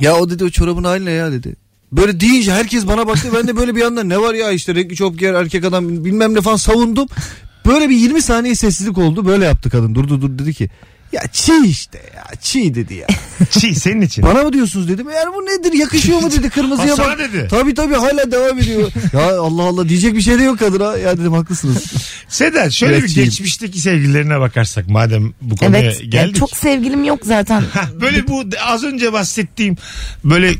Speaker 3: Ya o dedi o çorabın hali ne ya dedi. Böyle deyince herkes bana baktı. Ben de böyle bir yandan ne var ya işte renkli çop giyer erkek adam bilmem ne falan savundum. Böyle bir 20 saniye sessizlik oldu. Böyle yaptı kadın. Durdu dur dedi ki. Ya çiğ işte ya çiğ dedi ya.
Speaker 1: Çiğ senin için.
Speaker 3: Bana mı diyorsunuz dedim. Eğer bu nedir yakışıyor mu dedi kırmızıya
Speaker 1: Ha, sana
Speaker 3: bak.
Speaker 1: dedi.
Speaker 3: Tabii tabii hala devam ediyor. ya Allah Allah diyecek bir şey de yok kadına. Ya dedim haklısınız.
Speaker 1: Seda şöyle
Speaker 3: Biraz
Speaker 1: bir
Speaker 3: çiğim.
Speaker 1: geçmişteki sevgililerine bakarsak madem bu konuya
Speaker 2: Evet. Yani
Speaker 1: geldik.
Speaker 2: çok sevgilim yok zaten.
Speaker 1: Hah, böyle bu az önce bahsettiğim böyle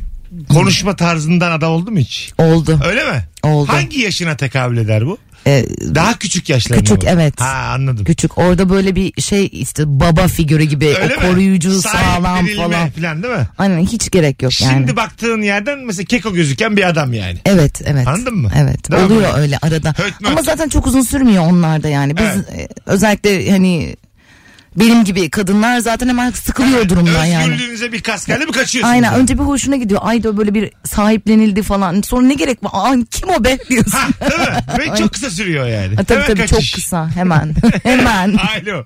Speaker 1: konuşma tarzından adam oldu mu hiç?
Speaker 2: Oldu.
Speaker 1: Öyle mi?
Speaker 2: Oldu.
Speaker 1: Hangi yaşına tekabül eder bu?
Speaker 2: Ee,
Speaker 1: Daha küçük yaşlarında
Speaker 2: Küçük,
Speaker 1: mı?
Speaker 2: evet.
Speaker 1: Ha anladım.
Speaker 2: küçük orada böyle bir şey işte baba figürü gibi
Speaker 1: Öyle
Speaker 2: o
Speaker 1: mi?
Speaker 2: koruyucu sağlam
Speaker 1: Sahiplenilme
Speaker 2: falan.
Speaker 1: falan değil mi?
Speaker 2: Aynen hiç gerek yok yani.
Speaker 1: Şimdi baktığın yerden mesela keko gözüken bir adam yani.
Speaker 2: Evet evet.
Speaker 1: Anladın mı?
Speaker 2: Evet
Speaker 1: Değil mi?
Speaker 2: oluyor öyle arada.
Speaker 1: Hötmet.
Speaker 2: Ama zaten çok uzun sürmüyor onlarda yani. Biz
Speaker 1: Evet.
Speaker 2: e, özellikle hani benim gibi kadınlar zaten hemen sıkılıyor durumdan yani.
Speaker 1: Özgürlüğünüze bir kaskayla mı kaçıyorsunuz?
Speaker 2: Aynen
Speaker 1: yani?
Speaker 2: önce bir hoşuna gidiyor. Ay da böyle bir sahiplenildi falan. Sonra ne gerek var? Aa, kim o be diyorsun.
Speaker 1: Ha, değil mi? Ve çok kısa sürüyor yani.
Speaker 2: Ha, tabii
Speaker 1: Hemen
Speaker 2: tabii çok
Speaker 1: kaçış.
Speaker 2: kısa hemen. hemen.
Speaker 1: Alo.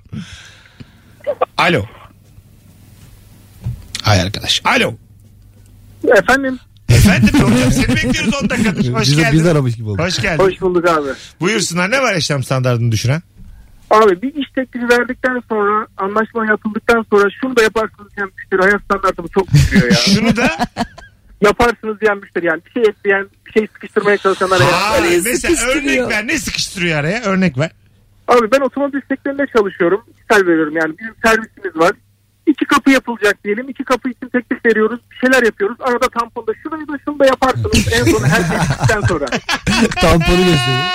Speaker 1: Alo. Hay arkadaş. Alo.
Speaker 10: Efendim?
Speaker 1: Efendim hocam seni bekliyoruz 10 dakikadır. Hoş
Speaker 3: Biz-
Speaker 1: geldin.
Speaker 3: biz aramış gibi olduk.
Speaker 1: Hoş geldin.
Speaker 10: Hoş bulduk abi.
Speaker 1: Buyursunlar ne var yaşam standartını düşüren?
Speaker 10: Abi bir iş teklifi verdikten sonra anlaşma yapıldıktan sonra şunu da yaparsınız diyen müşteri hayat standartımı çok düşüyor ya.
Speaker 1: Şunu da
Speaker 10: yaparsınız diyen müşteri yani bir şey ekleyen bir şey sıkıştırmaya çalışanlara ya.
Speaker 1: Aa,
Speaker 2: Araya
Speaker 1: mesela
Speaker 2: sıkıştırıyor.
Speaker 1: örnek ver. Ne sıkıştırıyor araya? Örnek ver.
Speaker 10: Abi ben otomobil sektöründe çalışıyorum. Misal veriyorum yani bizim servisimiz var. İki kapı yapılacak diyelim. İki kapı için teklif veriyoruz. Bir şeyler yapıyoruz. Arada tamponda şurayı da şunu da yaparsınız. en son her şey bittikten sonra.
Speaker 3: Tamponu gösteriyor.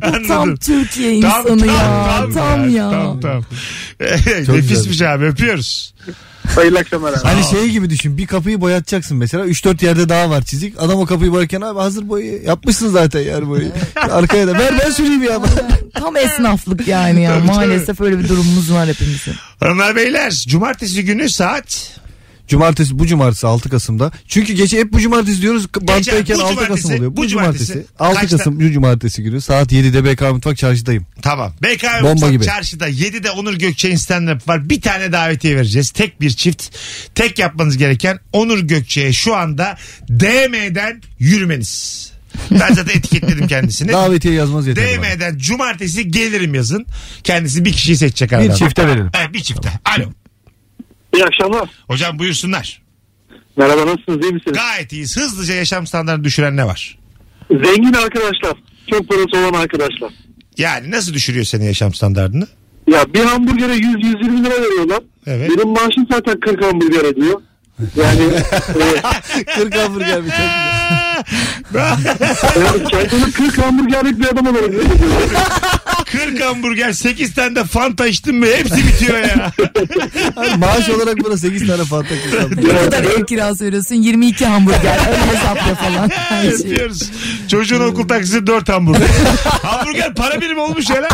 Speaker 2: Tam
Speaker 1: Anladım.
Speaker 2: Türkiye
Speaker 1: Tam,
Speaker 2: insanı
Speaker 1: tam,
Speaker 2: ya. Tam,
Speaker 1: tam,
Speaker 2: ya.
Speaker 1: Tam tam. Nefismiş
Speaker 3: güzelmiş.
Speaker 1: abi öpüyoruz.
Speaker 10: Hayırlı akşamlar abi.
Speaker 3: Hani şey gibi düşün. Bir kapıyı boyatacaksın mesela. 3-4 yerde daha var çizik. Adam o kapıyı boyarken abi hazır boyayı yapmışsın zaten yani boyayı. Arkaya da ver ben süreyim ya.
Speaker 2: Tam esnaflık yani ya.
Speaker 1: Tabii, tabii.
Speaker 2: Maalesef öyle bir durumumuz var hepimizin.
Speaker 1: Hanımlar beyler cumartesi günü saat
Speaker 3: cumartesi bu cumartesi 6 Kasım'da. Çünkü gece hep bu cumartesi diyoruz. Banttayken
Speaker 1: bu
Speaker 3: 6 Kasım
Speaker 1: cumartesi,
Speaker 3: oluyor.
Speaker 1: bu
Speaker 3: Bu
Speaker 1: cumartesi.
Speaker 3: cumartesi. 6
Speaker 1: Kaçta?
Speaker 3: Kasım bu cumartesi günü saat 7'de BK Mutfak Çarşı'dayım.
Speaker 1: Tamam. BKM
Speaker 3: Bomba
Speaker 1: Mutfak
Speaker 3: gibi.
Speaker 1: Çarşı'da 7'de Onur Gökçek'in stand-up var. Bir tane davetiye vereceğiz. Tek bir çift. Tek yapmanız gereken Onur Gökçek'e şu anda DM'den yürümeniz. Ben zaten etiketledim kendisini.
Speaker 3: Davetiye yazmaz yeter. bana.
Speaker 1: DM'den cumartesi gelirim yazın. Kendisi bir kişiyi seçecek aradan.
Speaker 3: Bir çifte verelim.
Speaker 1: Evet bir çifte. Alo.
Speaker 10: İyi akşamlar.
Speaker 1: Hocam buyursunlar. Merhaba nasılsınız iyi misiniz? Gayet iyiyiz. Hızlıca yaşam standartını düşüren ne var?
Speaker 10: Zengin arkadaşlar. Çok parası olan arkadaşlar.
Speaker 1: Yani nasıl düşürüyor senin yaşam standartını?
Speaker 10: Ya bir hamburgere 100-120 lira veriyorlar.
Speaker 1: Evet.
Speaker 10: Benim maaşım zaten 40 hamburger ediyor. Yani
Speaker 17: e,
Speaker 10: 40 hamburger bir
Speaker 1: Kendini 40 hamburgerlik bir adam olarak 40 hamburger 8 tane de fanta içtin mi hepsi bitiyor ya.
Speaker 3: Maaş olarak buna 8 tane fanta kırkan.
Speaker 2: Ne kadar ev kirası veriyorsun? 22 hamburger. Öyle hesapla falan. Her şey.
Speaker 1: Yapıyoruz. Çocuğun okul taksisi 4 hamburger. hamburger para birimi olmuş ya lan.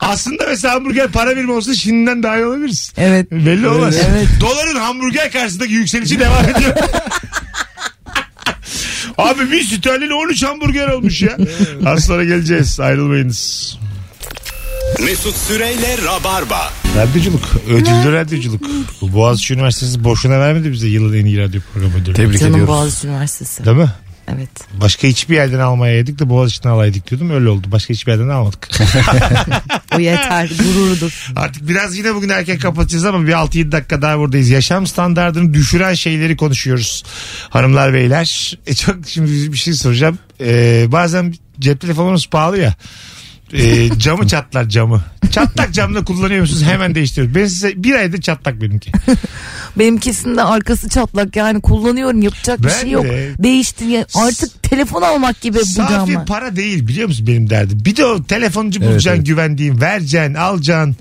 Speaker 1: Aslında mesela hamburger para birimi olsa şimdiden daha iyi olabiliriz.
Speaker 2: Evet.
Speaker 1: Belli olmaz.
Speaker 2: Evet.
Speaker 1: Doların hamburger karşısındaki yükselişi devam ediyor. Abi bir sterlin 13 hamburger olmuş ya. Az sonra geleceğiz. Ayrılmayınız.
Speaker 8: Mesut Süreyle Rabarba.
Speaker 1: Radyoculuk. Ödüllü radyoculuk. Boğaziçi Üniversitesi boşuna vermedi bize yılın en iyi radyo programı ödülü.
Speaker 3: Tebrik
Speaker 2: Canım Boğaziçi Üniversitesi.
Speaker 1: Değil mi?
Speaker 2: Evet.
Speaker 1: Başka hiçbir yerden almaya yedik de Boğaziçi'nden alaydık diyordum. Öyle oldu. Başka hiçbir yerden almadık.
Speaker 2: O yeter. Gururudur.
Speaker 1: Artık biraz yine bugün erken kapatacağız ama bir 6-7 dakika daha buradayız. Yaşam standartını düşüren şeyleri konuşuyoruz. Hanımlar beyler. E çok şimdi bir şey soracağım. Ee, bazen cep telefonunuz pahalı ya. Ee, camı çatlar camı. Çatlak camda kullanıyor musunuz? Hemen değiştiriyoruz. Ben size bir ayda çatlak benimki.
Speaker 2: Benimkisinde arkası çatlak yani kullanıyorum yapacak bir
Speaker 1: Ben
Speaker 2: şey yok.
Speaker 1: de-
Speaker 2: Değiştir ya. Artık telefon almak gibi bu
Speaker 1: Safi
Speaker 2: camlar.
Speaker 1: para değil biliyor musun benim derdim. Bir de o telefoncu bulacaksın güvendiğin. Vereceksin, alacaksın.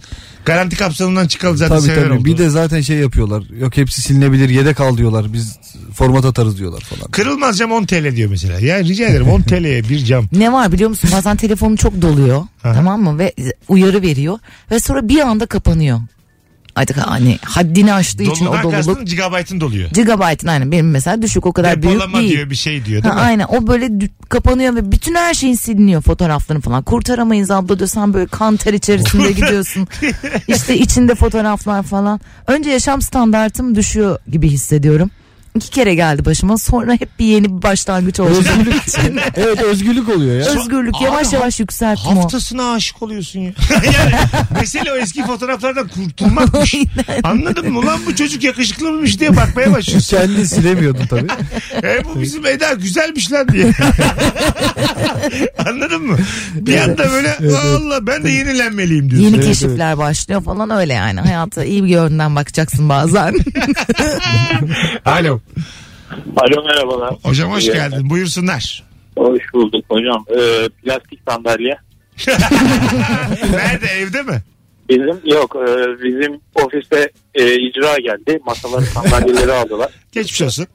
Speaker 1: Garanti kapsamından çıkalacaksın.
Speaker 3: Tabii
Speaker 1: sever
Speaker 3: tabii.
Speaker 1: oldu.
Speaker 3: Bir de zaten şey yapıyorlar. Yok hepsi silinebilir yedek al diyorlar. Biz format atarız diyorlar falan.
Speaker 1: Kırılmaz cam 10 TL diyor mesela. Ya rica ederim 10 TL'ye bir cam.
Speaker 2: Ne var biliyor musun? Bazen telefonum çok doluyor. tamam mı? Ve uyarı veriyor. Ve sonra bir anda kapanıyor. Artık hani haddini aştığı için o
Speaker 1: Doludan
Speaker 2: doluluk.
Speaker 1: kastın gigabaytın doluyor.
Speaker 2: Gigabyte'ın aynen benim mesela düşük o kadar
Speaker 1: Depolama
Speaker 2: büyük değil.
Speaker 1: diyor bir şey diyor
Speaker 2: Ha,
Speaker 1: değil mi?
Speaker 2: aynen o böyle dü- kapanıyor ve bütün her şeyin siliniyor fotoğrafların falan. Kurtaramayız abla diyor sen böyle kan ter içerisinde gidiyorsun. işte içinde fotoğraflar falan. Önce yaşam standartım düşüyor gibi hissediyorum. İki kere geldi başıma sonra hep bir yeni bir başlangıç oldu.
Speaker 3: Özgürlük. evet özgürlük oluyor ya.
Speaker 2: Özgürlük
Speaker 1: Abi,
Speaker 2: yavaş
Speaker 1: ha-
Speaker 2: yavaş yükseltme o.
Speaker 1: Haftasına aşık oluyorsun ya. yani mesele o eski fotoğraflardan kurtulmakmış. Anladın mı? Lan bu çocuk yakışıklı mıymış diye bakmaya başlıyorsun.
Speaker 3: Kendini silemiyordun tabii.
Speaker 1: e bu bizim Eda güzelmiş lan diye. Anladın mı? Bir anda böyle Allah ben de yenilenmeliyim diyorsun.
Speaker 2: Yeni keşifler başlıyor falan öyle yani. Hayata iyi bir yönden bakacaksın bazen.
Speaker 1: Alo.
Speaker 17: Alo merhabalar.
Speaker 1: Hocam hoş geldin. Buyursunlar.
Speaker 17: Hoş bulduk hocam. Ee, plastik sandalye.
Speaker 1: Nerede evde mi?
Speaker 17: Bizim yok e, bizim ofiste e, icra geldi. Masaları sandalyeleri aldılar.
Speaker 1: Geçmiş olsun.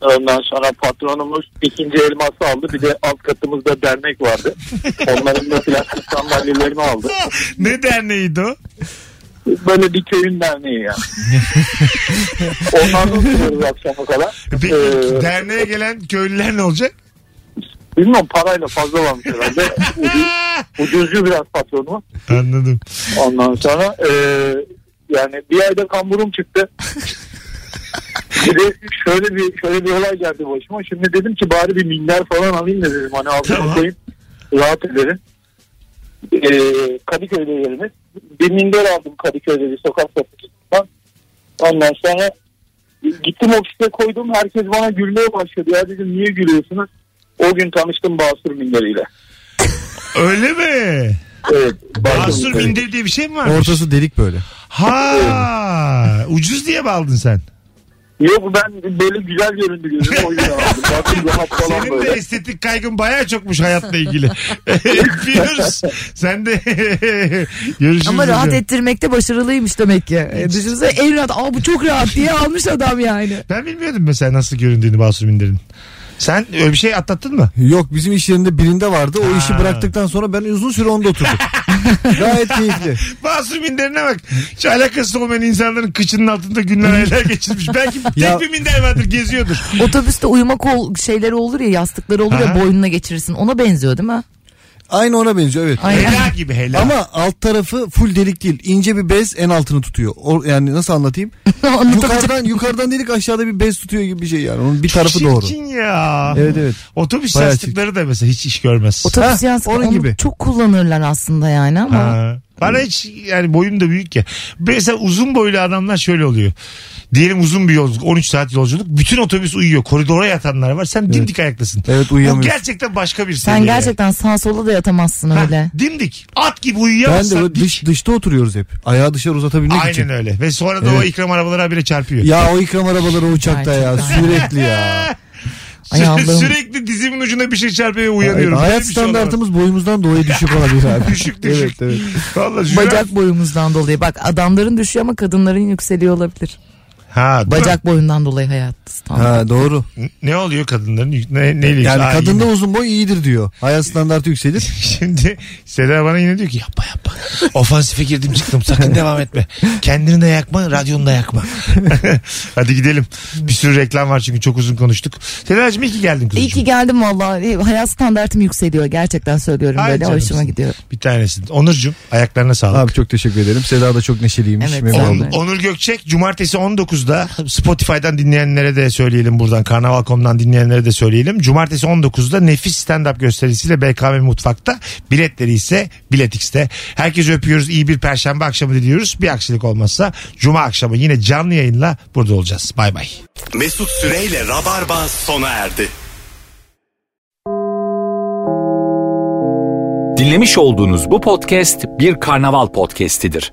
Speaker 17: Ondan sonra patronumuz ikinci elması aldı. Bir de alt katımızda dernek vardı. Onların da plastik sandalyelerini aldı.
Speaker 1: Ne derneğiydi o?
Speaker 17: Böyle bir köyün derneği ya. Onlardan oturuyoruz akşama kadar.
Speaker 1: Peki
Speaker 17: Ee,
Speaker 1: derneğe gelen köylüler ne olacak?
Speaker 17: Bilmiyorum parayla fazla varmış herhalde. Ucuz- Ucuzcu biraz patronu.
Speaker 1: Anladım.
Speaker 17: Ondan sonra e, yani bir ayda kamburum çıktı. bir de şöyle bir şöyle bir olay geldi başıma. Şimdi dedim ki bari bir minder falan alayım da dedim. Hani altına koyayım rahat ederim. E, Kadıköy'de yerimiz. Bir minder aldım Kadıköy'de bir sokak satıcısından. Ondan sonra gittim ofiste koydum. Herkes bana gülmeye başladı. Ya dedim niye gülüyorsunuz? O gün tanıştım Basur Minderi'yle.
Speaker 1: Öyle mi?
Speaker 17: Evet.
Speaker 1: Basur minderi diye bir şey mi var?
Speaker 3: Ortası delik böyle.
Speaker 1: Ha, ucuz diye mi aldın sen?
Speaker 17: Yok ben böyle güzel göründü gözüm o yüzden aldım. Baktım rahat falan
Speaker 1: Senin de
Speaker 17: böyle.
Speaker 1: estetik kaygın bayağı çokmuş hayatla ilgili. Öpüyoruz. Sen de görüşürüz.
Speaker 2: Ama rahat
Speaker 1: hocam.
Speaker 2: ettirmekte başarılıymış demek ki. E, Düşünsene en rahat. Aa bu çok rahat diye almış adam yani.
Speaker 1: Ben bilmiyordum mesela nasıl göründüğünü Basur Minder'in. Sen öyle bir şey atlattın mı?
Speaker 3: Yok bizim iş yerinde birinde vardı. O işi
Speaker 1: Ha.
Speaker 3: bıraktıktan sonra ben uzun süre onda oturdum. Gayet keyifli.
Speaker 1: Basur Minder'ine bak. Hiç alakası olmayan insanların kıçının altında günler aylar geçirmiş. Belki tek
Speaker 3: Ya-
Speaker 1: bir minder vardır geziyordur.
Speaker 2: Otobüste uyuma kol şeyleri olur ya yastıkları olur ya
Speaker 3: Aha.
Speaker 2: boynuna geçirirsin. Ona benziyor değil mi?
Speaker 3: Aynı ona benziyor evet.
Speaker 2: Aynen.
Speaker 1: Hela gibi hela.
Speaker 3: Ama alt tarafı full delik değil. İnce bir bez en altını tutuyor. O, yani nasıl anlatayım? yukarıdan yukarıdan delik aşağıda bir bez tutuyor gibi bir şey yani. Onun bir tarafı doğru.
Speaker 1: Çirkin ya.
Speaker 3: Evet evet.
Speaker 1: Otobüs
Speaker 3: Bayağı
Speaker 1: yastıkları da mesela hiç iş görmez.
Speaker 2: Otobüs yastığı onu çok kullanırlar aslında yani ama.
Speaker 1: Ha. Bana hiç yani boyum da büyük ya. Mesela uzun boylu adamlar şöyle oluyor. Diyelim uzun bir yolculuk 13 saat yolculuk. Bütün otobüs uyuyor. Koridora yatanlar var. Sen dimdik ayaktasın. Evet Bu
Speaker 3: uyuyamıyorsun.
Speaker 1: gerçekten başka bir
Speaker 2: Sen
Speaker 1: seviye.
Speaker 2: gerçekten sağ sola da yatamazsın öyle.
Speaker 1: Dimdik. At gibi
Speaker 3: Ben de
Speaker 1: uyuyamazsan
Speaker 3: böyle dış, dışta oturuyoruz hep. Ayağı dışarı uzatabilmek
Speaker 1: Aynen
Speaker 3: için.
Speaker 1: öyle. Ve sonra da o
Speaker 3: Evet.
Speaker 1: ikram arabaları habire çarpıyor.
Speaker 3: Ya o ikram arabaları uçakta ya sürekli ya.
Speaker 1: Sü-
Speaker 3: Ay Allah'ım.
Speaker 1: sürekli dizimin ucuna bir şey çarpıyor ve uyanıyorum.
Speaker 3: Evet,
Speaker 1: Böyle
Speaker 3: hayat
Speaker 1: bir şey
Speaker 3: standartımız boyumuzdan dolayı düşük olabilir abi.
Speaker 1: Düşük, düşük.
Speaker 3: Evet evet.
Speaker 1: olamaz. Vallahi
Speaker 2: Bacak boyumuzdan dolayı. Bak adamların düşüyor ama kadınların yükseliyor olabilir.
Speaker 1: Ha, değil mi?
Speaker 2: Bacak boyundan dolayı hayat. standartı.
Speaker 3: Ha doğru.
Speaker 1: N- Ne oluyor kadınların? yük- Ne, neyle?
Speaker 3: Yani
Speaker 1: Aa,
Speaker 3: kadında
Speaker 1: yine.
Speaker 3: uzun boy iyidir diyor. Hayat standartı yükselir.
Speaker 1: Şimdi Seda bana yine diyor ki yapma yapma. Ofansife girdim çıktım sakın devam etme. Kendini de yakma radyonu da yakma. Hadi gidelim. Bir sürü reklam var çünkü çok uzun konuştuk. Sedacığım iyi ki geldin kızım.
Speaker 2: İyi ki geldim vallahi. Hayat standartım yükseliyor gerçekten söylüyorum
Speaker 1: Ay
Speaker 2: böyle.
Speaker 1: canım.
Speaker 2: Hoşuma gidiyor.
Speaker 1: Bir tanesin. Onurcuğum ayaklarına sağlık.
Speaker 3: Abi çok teşekkür ederim. Seda da çok neşeliymiş.
Speaker 2: Evet,
Speaker 3: memnun
Speaker 2: sağ ol.
Speaker 3: oldum.
Speaker 2: Evet.
Speaker 1: Onur Gökçek cumartesi 19'da Spotify'dan dinleyenlere de söyleyelim buradan Karnaval.com'dan dinleyenlere de söyleyelim. Cumartesi 19'da nefis stand-up gösterisiyle BKM Mutfak'ta biletleri ise Biletix'te. Herkese öpüyoruz. İyi bir perşembe akşamı diliyoruz. Bir aksilik olmazsa cuma akşamı yine canlı yayınla burada olacağız. Bay bay.
Speaker 8: Mesut Süreyle Rabarba sona erdi.
Speaker 18: Dinlemiş olduğunuz bu podcast bir karnaval podcastidir.